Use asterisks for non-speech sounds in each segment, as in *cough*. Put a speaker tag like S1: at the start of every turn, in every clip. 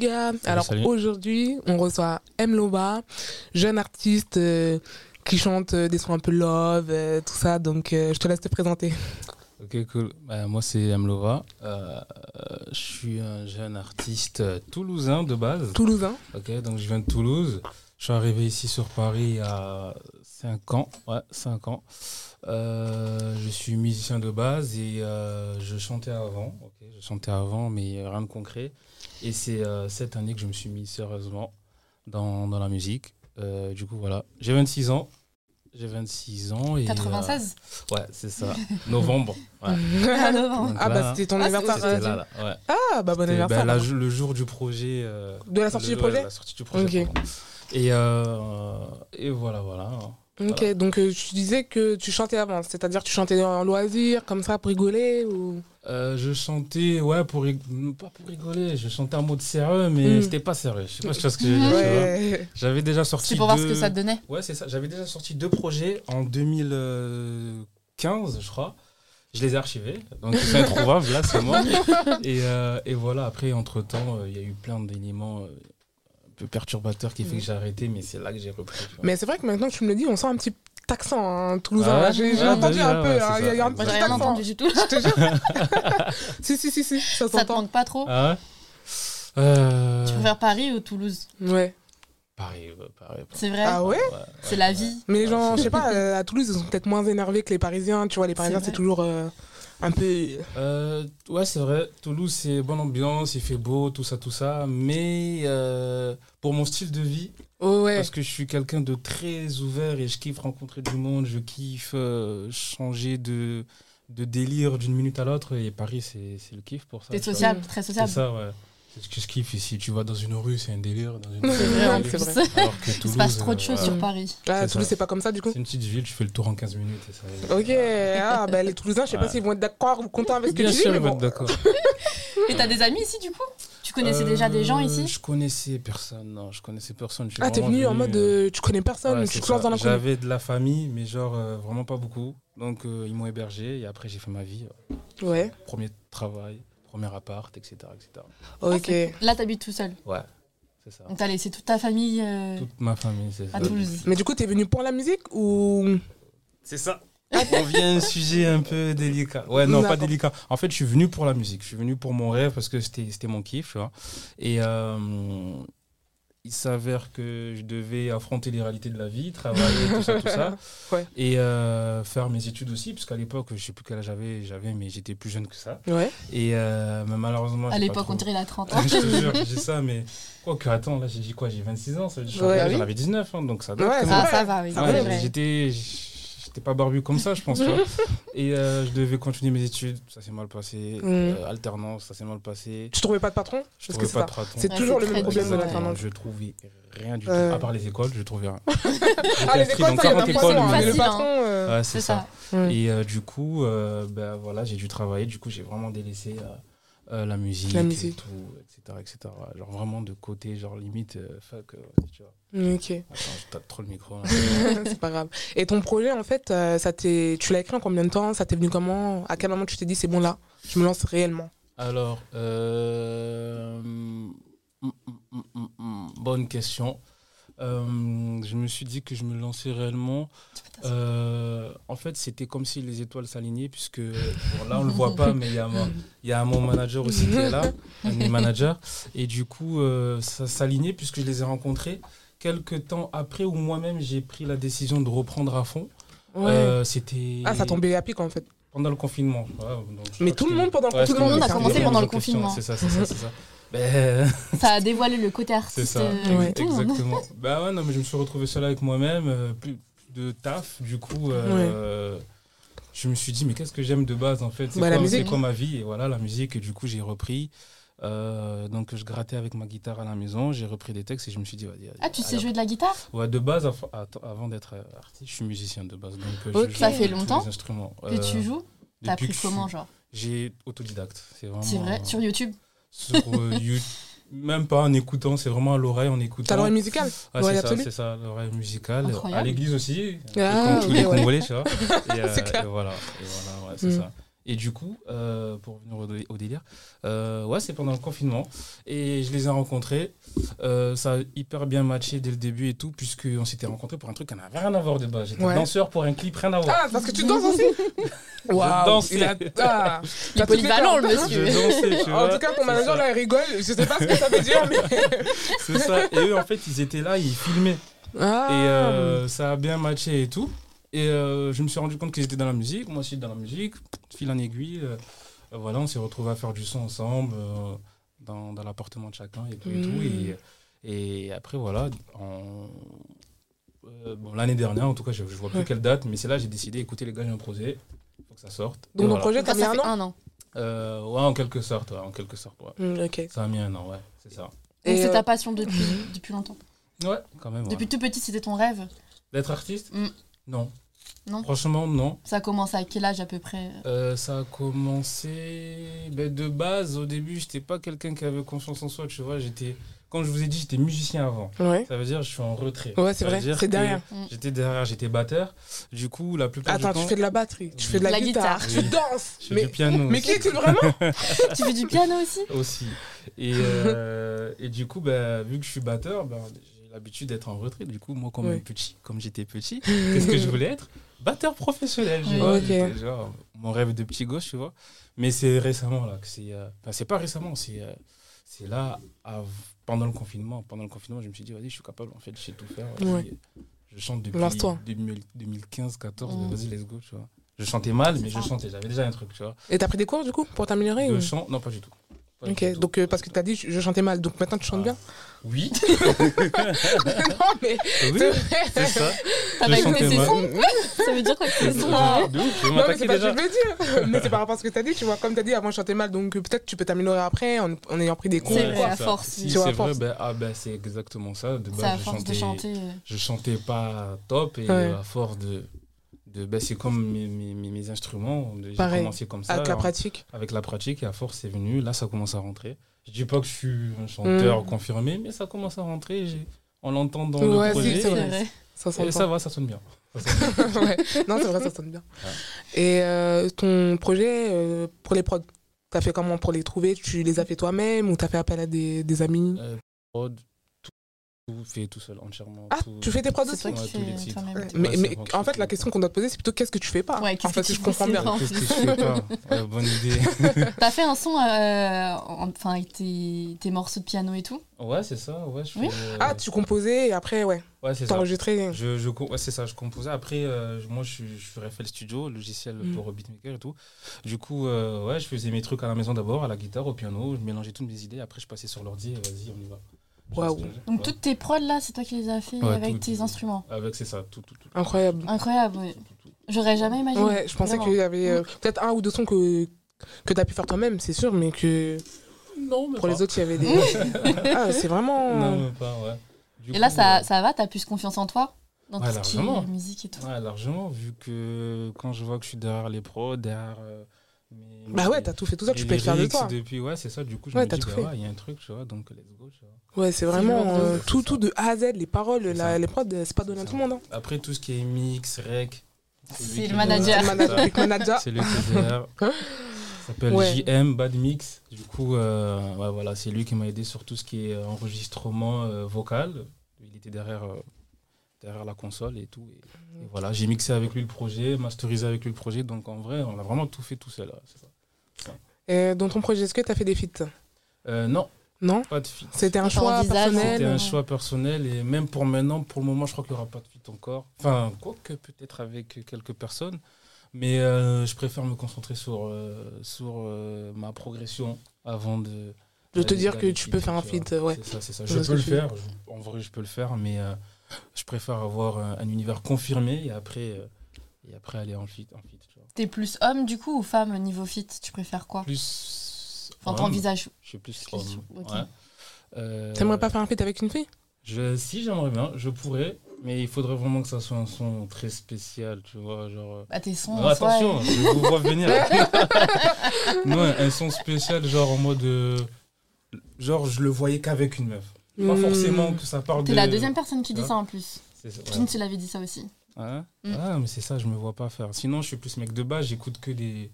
S1: gars. Alors
S2: salut.
S1: aujourd'hui, on reçoit M. Loba, jeune artiste euh, qui chante euh, des sons un peu love, euh, tout ça. Donc euh, je te laisse te présenter.
S2: Ok, cool. Bah, moi, c'est Amlova. Euh, euh, je suis un jeune artiste euh, toulousain de base.
S1: Toulousain.
S2: Ok, donc je viens de Toulouse. Je suis arrivé ici sur Paris il y a 5 ans. Ouais, 5 ans. Euh, je suis musicien de base et euh, je chantais avant. Ok, je chantais avant, mais euh, rien de concret. Et c'est euh, cette année que je me suis mis sérieusement dans, dans la musique. Euh, du coup, voilà. J'ai 26 ans. J'ai 26 ans. Et, euh,
S3: 96
S2: ouais, c'est ça. Novembre. Ouais.
S3: Ah, novembre.
S2: Donc
S1: *laughs* Ah
S2: là,
S1: bah c'était ton
S3: Ah, c'est-
S1: anniversaire.
S2: c'était
S1: euh,
S2: là, là, ouais.
S1: Ah bah bon
S2: C'était,
S1: anniversaire.
S2: ben, la- le jour du projet. euh,
S1: De la sortie
S2: le-
S1: du projet
S2: ouais, la sortie du projet,
S1: Ok.
S2: pardon. Et, euh, et voilà, voilà.
S1: Ok, donc euh, tu disais que tu chantais avant, c'est-à-dire tu chantais en loisir, comme ça, pour rigoler ou...
S2: Euh, je chantais, ouais, pour rig- pas pour rigoler, je chantais un mot de sérieux, mais
S1: Mm.
S2: c'était pas sérieux. Je sais pas si tu vois ce que je veux dire, tu vois.
S1: Ouais.
S2: J'avais déjà sorti.
S3: C'est pour voir ce
S2: deux-
S3: que ça te donnait.
S2: Ouais, c'est ça. J'avais déjà sorti deux projets en 2015, je crois. Je les ai archivés, donc c'est introuvable, là,
S1: *laughs*
S2: c'est moi. Et, euh, et voilà, après, entre-temps, euh, il y a eu plein d'éléments euh, un peu perturbateurs qui fait que j'ai arrêté, mais c'est là que j'ai repris. tu vois.
S1: Mais c'est vrai que maintenant que tu me le dis, on sent un petit accent hein, toulousain.
S2: Ah ouais
S1: là. J'ai j'ai
S2: Ouais,
S1: entendu
S2: bah oui,
S1: un
S2: ouais,
S1: peu,
S2: ouais,
S1: hein,
S2: c'est
S1: il y a- il y a
S2: ça,
S1: un
S3: Moi,
S1: petit
S3: j'ai rien
S1: accent.
S3: entendu du *laughs* tout.
S1: Si, si, si, si, ça
S3: Ça te
S1: s'entend.
S3: manque pas trop.
S2: Ah ouais Euh,
S3: Tu préfères Paris ou Toulouse
S1: Ouais.
S2: Pareil, ouais, pareil.
S3: C'est vrai.
S1: Ah ouais
S3: c'est la vie.
S1: Mais
S2: Ouais,
S1: genre,
S2: c'est-
S1: je sais pas, euh, à Toulouse, ils sont peut-être moins énervés que les Parisiens. Tu vois, les Parisiens,
S3: C'est
S1: c'est
S3: vrai.
S1: toujours euh, un peu.
S2: Euh, ouais, c'est vrai. Toulouse, c'est bonne ambiance, il fait beau, tout ça, tout ça. Mais euh, pour mon style de vie,
S1: Oh,
S3: Eh.
S1: ouais.
S2: parce que je suis quelqu'un de très ouvert et je kiffe rencontrer du monde, je kiffe euh, changer de, de délire d'une minute à l'autre. Et Paris, c'est c'est le kiff pour ça.
S3: T'es
S2: tu vois.
S3: sociable, très
S2: Ah, C'est
S3: sociable.
S2: ça, ouais. C'est ce que je kiffe ici. Tu vas dans une rue, c'est un délire. Dans une
S1: C'est
S3: Vrai, en
S1: Ouais,
S3: plus.
S1: c'est vrai.
S3: *laughs*
S2: Alors que Ah, Toulouse,
S3: Il se passe trop de
S2: euh,
S3: choses
S2: voilà.
S3: sur Paris.
S1: Ah,
S2: c'est
S1: Toulouse,
S2: ça.
S1: c'est pas comme ça du coup
S2: C'est une petite ville, tu fais le tour en 15 minutes. Et ça,
S1: Ok, ah, bah, les Toulousains, je sais pas
S2: Ouais.
S1: s'ils vont être d'accord ou contents avec ce que
S2: Bien
S1: tu
S2: sûr,
S1: dis, mais
S2: ils vont
S1: bon.
S2: être d'accord.
S3: Et t'as des amis ici du coup Tu connaissais déjà des gens
S2: Euh,
S3: ici
S2: Je connaissais personne, non, je connaissais personne. Je suis
S1: Ah, t'es
S2: vraiment
S1: venu en mode euh, tu connais personne,
S2: Ouais,
S1: tu
S2: c'est
S1: te lances
S2: ça.
S1: dans l'inconnu.
S2: J'avais de la famille, mais genre euh, vraiment pas beaucoup. Donc euh, ils m'ont hébergé et après j'ai fait ma vie.
S1: Ouais,
S2: Premier travail, premier appart, etc. etc.
S1: ok.
S3: Là, t'habites tout seul.
S2: Ouais, c'est ça.
S3: Donc t'as laissé toute ta famille euh,
S2: Toute ma famille, c'est
S1: Ah,
S2: ça.
S3: à Toulouse.
S1: Mais du coup, t'es venu pour la musique ou.
S2: C'est ça. On vient à un sujet un peu délicat. Ouais, non, pas
S1: D'accord.
S2: délicat. En fait, je suis venu pour la musique. Je suis venu pour mon rêve parce que c'était c'était mon kiff. tu vois. Et euh, il s'avère que je devais affronter les réalités de la vie, travailler, tout ça, tout ça.
S1: Ouais.
S2: Et euh, faire mes études aussi, parce qu'à l'époque, je sais plus quel âge j'avais, j'avais, mais j'étais plus jeune que ça.
S1: Ouais.
S2: Et euh, mais malheureusement.
S3: À
S2: j'ai pas
S3: l'époque,
S2: trop- *laughs*
S3: on dirait la 30 ans.
S2: je te jure, j'ai ça, mais. Quoi que, attends, là, j'ai dit quoi J'ai 26 ans, ça veut dire que
S1: Ouais,
S2: j'en
S1: oui.
S2: avais 19, hein, donc ça doit
S1: Ouais,
S2: être
S1: c'est
S2: quand même-
S3: Ah,
S1: vrai.
S3: ça va, oui.
S1: Ça
S3: c'est
S2: Ouais,
S1: va,
S3: vrai.
S2: j'étais j'étais pas barbu comme ça, je pense. tu vois.
S1: *laughs*
S2: Et euh, je devais continuer mes études, ça s'est mal passé.
S1: Mm.
S2: Euh, alternance, ça s'est mal passé.
S1: Tu trouvais pas de patron
S2: Je
S1: Parce
S2: trouvais
S1: que c'est
S2: pas
S1: ça.
S2: de patron.
S1: C'est
S3: Ouais,
S1: toujours
S3: c'est
S1: le
S3: très
S1: même problème de
S3: dur,
S1: la
S3: ouais.
S2: Exactement,
S1: Finlande.
S2: Je trouvais rien du tout.
S1: Ouais.
S2: À part les écoles, je
S1: *laughs*
S2: trouvais rien.
S1: Ah, les
S2: J'étais
S1: écoles,
S2: inscrit
S1: ça, y a
S2: dans
S1: pas de
S2: 40
S1: façon, hein,
S2: écoles,
S1: mais le
S3: Facile, hein.
S1: patron. euh,
S2: Ouais,
S3: C'est ça.
S1: Mm.
S2: Et euh, du coup, euh, ben, voilà, j'ai dû travailler. Du coup, j'ai vraiment délaissé euh, euh, la musique,
S1: La
S2: et
S1: musique.
S2: tout, etc., etc. Ouais, Genre vraiment de côté, genre limite, euh, fuck, euh, tu vois.
S1: Ok,
S2: Attends, je tape trop le micro. hein. là.
S1: *laughs* c'est pas grave. Et ton projet, en fait, euh, ça t'est- tu l'as écrit en combien de temps Ça t'est venu comment À quel moment tu t'es dit, c'est bon là, je me lance réellement
S2: Alors, euh, mm, mm, mm, mm, mm, bonne question. Euh, je me suis dit que je me lançais réellement. Euh, en fait, c'était comme si les étoiles s'alignaient, puisque bon, là, on ne le voit pas, mais il y, a mon- il y a mon manager aussi qui est là, un de mes managers. Et du coup, euh, ça s'alignait, puisque je les ai rencontrés quelques temps après, où moi-même, j'ai pris la décision de reprendre à fond. Euh, c'était
S1: Ah, ça tombait à pic en fait.
S2: pendant le confinement. voilà, donc je
S1: Mais
S2: crois que
S1: tout le
S2: c'était-
S1: monde pendant le- tout le
S2: c'était-
S3: monde a
S2: c'était
S3: commencé
S2: vraiment
S3: pendant le
S2: une question,
S3: confinement.
S2: C'est ça, c'est ça,
S3: *laughs*
S2: c'est ça. Ben,
S3: Ça a dévoilé le côté
S2: c'est
S3: artiste
S2: ça.
S3: euh,
S1: Ouais.
S3: de tout le monde. *laughs*
S2: Exactement. Bah ouais, non, mais je me suis retrouvé seul avec moi-même, euh, plus plus de taf. Du coup, euh, je me suis dit, mais qu'est-ce que j'aime de base en fait C'est
S1: Bah, la
S2: quoi- c'est
S1: musique.
S2: quoi ma vie Et voilà, la musique. Et du coup, j'ai repris. Euh, donc, je grattais avec ma guitare à la maison, j'ai repris des textes et je me suis dit, vas-y.
S3: Ah, tu sais
S2: allez,
S3: jouer de la guitare
S2: Ouais, de base, avant- attends, avant d'être euh, artiste, je suis musicien de base. Donc, euh, je
S1: Ok.
S2: joue
S3: Ça fait
S2: tous les
S3: longtemps
S2: instruments.
S3: Que
S2: Euh,
S3: tu joues T'as
S2: depuis
S3: appris
S2: que je
S3: comment,
S2: suis-
S3: genre
S2: J'ai autodidacte. C'est vraiment.
S3: C'est vrai
S2: euh,
S3: Sur YouTube
S2: sur euh, You- *laughs* Même pas en écoutant, c'est vraiment à l'oreille en écoutant.
S1: T'as l'oreille
S2: *laughs*
S1: musicale
S2: Ah,
S1: l'oreille
S2: c'est ça,
S1: absolue.
S2: c'est ça, l'oreille musicale.
S3: Incroyable.
S2: À l'église aussi,
S1: Ah,
S2: comme tous les
S1: ok, ouais. *laughs*
S2: Congolais, tu vois. Et, euh,
S1: C'est clair.
S2: et voilà, et voilà, ouais, c'est
S1: Mm.
S2: ça. Et du coup, euh, pour revenir au, dé- au délire, euh, ouais, c'est pendant le confinement. Et je les ai rencontrés. Euh, ça a hyper bien matché dès le début et tout, puisqu'on s'était rencontrés pour un truc qui n'avait rien à voir de base. J'étais
S1: Ouais.
S2: danseur pour un clip, rien à voir.
S1: Ah, parce que tu danses aussi Waouh
S2: danse.
S1: Il a. Ah,
S3: Il est
S1: a toutes les
S3: polyvalent,
S1: cordes.
S3: le
S2: je
S3: monsieur.
S2: dansais, tu vois.
S1: Ah, *laughs* En tout cas, mon
S2: C'est
S1: manager,
S2: ça.
S1: là, il rigole. Je sais pas ce que ça veut dire, mais.
S2: C'est ça. Et eux, en fait, ils étaient là, ils filmaient.
S1: Ah.
S2: Et euh, ça a bien matché et tout. Et euh, je me suis rendu compte qu'ils étaient dans la musique, moi aussi dans la musique, fil en aiguille. euh, euh, voilà, on s'est retrouvés à faire du son ensemble euh, dans, dans l'appartement de chacun et tout. Et, tout.
S1: Mm.
S2: Et- et après, voilà, en- euh, bon, l'année dernière, en tout cas, je, je vois plus
S1: Ouais.
S2: quelle date, mais c'est là j'ai décidé, écoutez les gars, j'ai un projet, faut que ça sorte. Et
S1: Donc, mon
S2: voilà.
S1: projet, t'as
S3: Ah, Ça
S1: mis
S3: fait
S1: un an
S3: un an.
S2: Euh, ouais, en quelque sorte, ouais, en quelque sorte, ouais.
S1: Hmm, Ok.
S2: Ça a mis un an, ouais, c'est ça.
S3: Donc
S1: Et,
S3: c'est
S1: euh,
S3: ta passion
S1: *laughs*
S3: depuis, depuis longtemps.
S2: Ouais, quand même. ouais.
S3: Depuis tout petit, c'était ton rêve.
S2: D'être artiste
S3: Mm.
S2: Non.
S3: Non.
S2: Franchement, non.
S3: Ça commence à quel âge à peu près
S2: Euh, ça a commencé ben, de base. Au début, j'étais pas quelqu'un qui avait confiance en soi. Tu vois, j'étais. Comme je vous ai dit, j'étais musicien avant.
S1: Ouais.
S2: Ça veut dire que je suis en retrait.
S1: Ouais, c'est
S2: Ça veut
S1: vrai,
S2: dire
S1: c'est
S2: que
S1: derrière.
S3: Mm.
S2: J'étais derrière, j'étais batteur. Du coup, la plupart
S1: Attends,
S2: du
S1: tu
S2: temps,
S1: fais de la batterie, tu fais de la,
S3: La
S1: guitare,
S2: guitare.
S1: tu
S2: Oui.
S1: danses.
S2: je fais
S1: Mais,
S2: du piano
S1: mais qui est-il vraiment
S3: Euh, Tu fais
S2: *laughs*
S3: du piano aussi
S2: aussi.
S1: *laughs*
S2: Et, euh, et du coup, ben, vu que je suis batteur, ben, j'ai l'habitude d'être en retrait. Du coup, moi, comme
S1: Ouais.
S2: petit, comme j'étais petit,
S1: *laughs*
S2: qu'est-ce que je voulais être Batteur professionnel. tu
S3: Ouais.
S2: vois.
S1: Ok.
S2: C'était genre mon rêve de petit gosse, tu vois. Mais c'est récemment là que c'est. euh, Enfin, c'est pas récemment, c'est euh, c'est là av- pendant le confinement. Pendant le confinement, je me suis dit, vas-y, je suis capable. En fait, je sais tout faire. Vas-y,
S1: Ouais.
S2: Je chante depuis
S1: Lance-toi.
S2: 2000 2015, 14.
S3: Mm.
S2: Vas-y, let's go, tu vois. Je chantais mal, mais
S3: C'est
S2: je
S3: ça.
S2: chantais. J'avais déjà un truc, tu vois.
S1: Et t'as pris des cours du coup pour t'améliorer
S2: De
S1: ou...
S2: chant, non, pas du tout. Pas du
S1: Ok,
S2: tout.
S1: donc euh, parce que t'as dit je, je chantais mal, donc maintenant tu chantes
S2: Ah.
S1: bien. *laughs*
S2: Oui,
S1: non mais
S2: oui,
S1: c'est vrai.
S2: c'est ça.
S3: T'as
S2: Je
S3: pas
S2: chantais
S3: écouté ses
S1: *laughs*
S2: mal.
S3: sons Ça veut dire quoi que c'est
S2: C'est
S3: son
S2: ça. De ouf, je vais
S1: Non mais
S2: m'attaquer
S1: c'est pas ce
S2: déjà.
S1: que je veux dire. *laughs* mais c'est par rapport à ce que t'as dit, tu vois. Comme t'as dit avant je chantais mal, donc euh, peut-être tu peux t'améliorer après en, en ayant pris des cours. euh,
S3: C'est vrai,
S1: quoi.
S3: à force.
S2: Si,
S1: Tu vois,
S2: c'est
S1: à
S2: vrai,
S1: force.
S2: ben, ah, ben, c'est exactement ça. De
S3: C'est à
S2: base, je
S3: force
S2: chantais,
S3: de chanter. euh,
S2: je chantais pas top et
S1: Ouais.
S2: euh, à force de. de ben, c'est comme mes, mes, mes- mes instruments. J'ai
S1: Pareil.
S2: commencé comme ça. hein.
S1: Avec la
S2: en-
S1: pratique.
S2: avec la pratique et à force, c'est venu. Là, ça commence à rentrer. Je dis pas que je suis un chanteur
S1: Mm.
S2: confirmé, mais ça commence à rentrer. j'ai- On l'entend dans
S1: Ouais,
S2: le
S1: si,
S2: projet.
S1: c'est vrai. Ça
S2: Et
S1: s'entend. *laughs*
S2: ça va, ça sonne bien.
S1: Ouais. Non c'est vrai, ça sonne bien. Et euh, ton projet euh, pour les prods, t'as fait comment pour les trouver Tu les as fait toi-même ou t'as fait appel à des, des amis
S2: Euh, prod, tout, tout fait tout seul, entièrement.
S1: Ah,
S2: tout-
S1: tu fais tes prods
S3: C'est
S1: aussi
S3: toi
S2: Ouais,
S3: qui
S2: tous les
S3: fais
S2: titres.
S3: toi-même. tes-
S1: Mais,
S2: Ouais,
S1: mais
S2: c'est bon,
S1: en
S2: je
S1: fait,
S2: fais
S1: la
S2: tout.
S1: question qu'on doit te poser, c'est plutôt qu'est-ce que tu fais pas
S3: Ouais, qu'est-ce
S1: En fait,
S3: que
S1: si
S3: tu
S1: je comprends
S3: fais
S1: bien.
S3: pas
S2: Qu'est-ce que je fais pas Ouais, Bonne idée.
S3: T'as fait un son, euh, en- enfin, avec tes, tes morceaux de piano et tout.
S2: Ouais, c'est ça. Ouais, je fais,
S3: Oui.
S2: euh,
S1: Ah, tu composais et après, ouais,
S2: ouais, c'est ça.
S1: t'enregistrais.
S2: Je, je, co- ouais, c'est ça, je composais. Après, euh, je- moi, je, suis- je suis Raphaël Studio, logiciel
S1: Mm.
S2: pour beatmaker et tout. Du coup, euh, ouais, je faisais mes trucs à la maison d'abord, à la guitare, au piano. Je mélangeais toutes mes idées. Après, je passais sur l'ordi et vas-y, on y va. Je sais
S1: Waouh.
S2: ce que je veux dire.
S3: Donc
S2: Ouais.
S3: toutes tes prods là, c'est toi qui les as fait
S2: Ouais,
S3: avec
S2: tout,
S3: tes
S2: tout.
S3: instruments.
S2: Avec, c'est ça, tout, tout, tout.
S1: Incroyable.
S3: Incroyable, ouais. J'aurais jamais imaginé.
S1: Ouais, je pensais
S3: Vraiment.
S1: qu'il y avait euh, peut-être un ou deux sons que, que t'as pu faire toi-même, c'est sûr, mais que
S2: Non, mais
S1: pour
S2: pas.
S1: les autres, il y avait des. *laughs* ah, c'est
S2: Bah. Non,
S1: vraiment.
S2: mais pas, ouais. Du
S3: Et là,
S2: coup,
S3: ça,
S2: euh,
S3: ça va, t'as plus confiance en toi dans
S2: Ouais,
S3: tout ce qui
S2: largement.
S3: est musique et tout.
S2: euh, Ouais, largement, vu que quand je vois que je suis derrière les pros, derrière. euh, mes-
S1: Bah ouais,
S2: mes-
S1: t'as tout fait tout seul, tu
S2: mes
S1: peux le faire de
S2: lyrics
S1: toi.
S2: Depuis, ouais, c'est ça, du coup, je
S1: Ouais,
S2: me
S1: t'as
S2: dis,
S1: tout
S2: bah
S1: fait.
S2: ouais, il y a un truc, tu vois, donc let's go, tu vois.
S1: Ouais, c'est
S2: lourd
S1: vraiment
S2: de
S1: euh,
S2: ouf,
S1: tout,
S2: ça.
S1: tout de A à Z, les paroles,
S2: C'est
S1: la-
S2: ça.
S1: les prods, c'est pas donné à
S2: C'est
S1: tout le monde. hein.
S2: Après, tout ce qui est mix, rec.
S3: C'est
S2: lui
S3: le
S2: qui
S3: manager.
S2: gère
S1: Le
S2: tout ça.
S1: manager, le manager.
S2: C'est le
S1: *laughs*
S2: TDR.
S1: Hein
S2: s'appelle
S1: Ouais.
S2: JM Bad Mix. Du coup, euh, ouais, voilà, c'est lui qui m'a aidé sur tout ce qui est euh, enregistrement euh, vocal. Il était derrière, euh, derrière la console et tout. Et, et voilà, j'ai mixé avec lui le projet, masterisé avec lui le projet. Donc en vrai, on a vraiment tout fait tout seul. ouais, c'est ça.
S1: Et dans ton projet, est-ce que t'as fait des feats
S2: Euh, non,
S1: Non
S2: pas de fit.
S1: C'était un
S3: Par
S1: choix
S3: visage,
S1: personnel euh,
S2: C'était
S3: ouais.
S2: un choix personnel et même pour maintenant, pour le moment, je crois qu'il n'y aura pas de fit encore. Enfin, quoique peut-être avec quelques personnes. Mais euh, je préfère me concentrer sur, euh, sur euh, ma progression avant de.
S1: de te
S2: d'aller-
S1: dire que
S2: d'aller
S1: tu peux faire un
S2: tu vois.
S1: feat, ouais.
S2: C'est ça, c'est ça.
S1: Je
S2: Je
S1: vois ce
S2: peux le
S1: que tu veux
S2: faire. je- en vrai, je peux le faire, mais euh, je préfère avoir un, un univers confirmé et après, euh, et après aller en fit. En fit tu vois.
S3: T'es plus homme du coup ou femme au niveau fit Tu préfères quoi
S2: Plus.
S3: Enfin,
S2: homme,
S3: t'envisages.
S2: Je suis plus
S3: Excuse-
S2: homme.
S3: ok.
S2: ouais. Euh,
S1: T'aimerais pas faire un feat avec une fille
S2: Je, si j'aimerais bien, je pourrais, mais il faudrait vraiment que ça soit un son très spécial, tu vois, genre. euh,
S3: Bah, tes sons.
S2: non,
S3: en soi,
S2: attention, je vous
S3: *laughs*
S2: vois venir. non, un son spécial, genre en mode, euh, genre je le voyais qu'avec une meuf. Pas
S1: Hmm.
S2: forcément que ça parle
S3: T'es
S2: de.
S3: la deuxième personne qui dit
S2: Ouais.
S3: ça en plus.
S2: C'est ça,
S3: Clint, il avait dit ça aussi.
S2: ouais. Hein
S3: Mm.
S2: Ah, mais c'est ça, je me vois pas faire. Sinon, je suis plus mec de base, j'écoute que des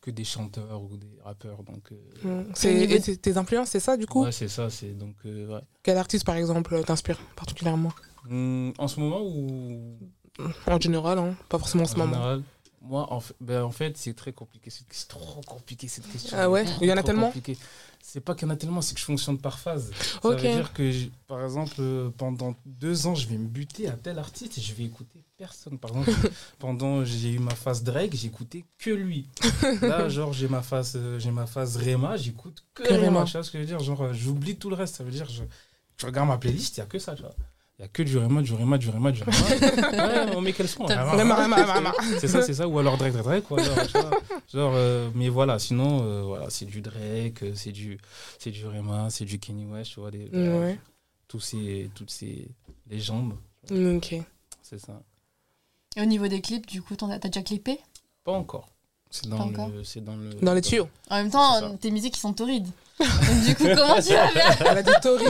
S2: que des chanteurs ou des rappeurs. Donc, euh,
S1: Mm. C'est-
S3: niveau-
S1: et c'est- Tes influences, c'est
S3: Hmm.
S1: ça du coup
S2: ouais, c'est ça. C'est donc, euh, ouais.
S1: Quel artiste par exemple t'inspire particulièrement
S2: Hmm, en ce moment ou
S1: En général, hein, pas forcément en ce
S2: en
S1: moment.
S2: général Moi, en, fait- ben, en fait, c'est très compliqué. C'est c'est trop compliqué cette question.
S1: Ah ouais
S2: Trop,
S1: Il y en a
S2: trop
S1: tellement
S2: compliqué. C'est pas qu'il y en a tellement, c'est que je fonctionne par phase. Ça
S1: Ok.
S2: veut dire que, je- par exemple, euh, pendant deux ans, je vais me buter à tel artiste et je vais écouter personne. Par
S1: *laughs*
S2: exemple, pendant j'ai eu ma phase Drake, j'écoutais
S1: *laughs*
S2: que lui. Là, genre, j'ai ma phase, euh, j'ai ma phase Rema, j'écoute que,
S1: Que
S2: Rema.
S1: Rema.
S2: Tu vois ce que je veux dire Genre, euh, j'oublie tout le reste. Ça veut dire, je, je regarde ma playlist, il y a que ça, tu vois. Il y a que du Rema, du Rema, du Rema, du
S1: *laughs*
S2: Rema. ouais, on met quels sons
S3: Putain,
S2: Rema,
S1: Vraiment,
S2: Rema.
S1: vraiment, vraiment.
S2: C'est ça, c'est ça. Ou alors Drake, Drake, Drake. Quoi. Genre, tu vois. Genre, euh, mais voilà, sinon, euh, voilà, c'est du Drake, euh, c'est du, c'est du Rema, c'est du Kenny West, tu vois, des,
S1: Ouais.
S2: tous ces, toutes ces légendes,
S1: Ok.
S2: c'est ça.
S3: Et au niveau des clips, du coup, t'en as- t'as déjà clippé
S2: Pas encore. C'est
S3: Pas
S2: dans,
S3: encore.
S2: le, c'est dans le.
S1: Dans les tuyaux.
S3: En même
S2: C'est ça.
S3: temps, tes musiques, ils sont torrides. Donc, du coup,
S2: *laughs*
S3: comment tu vas faire
S1: Elle a dit Tori.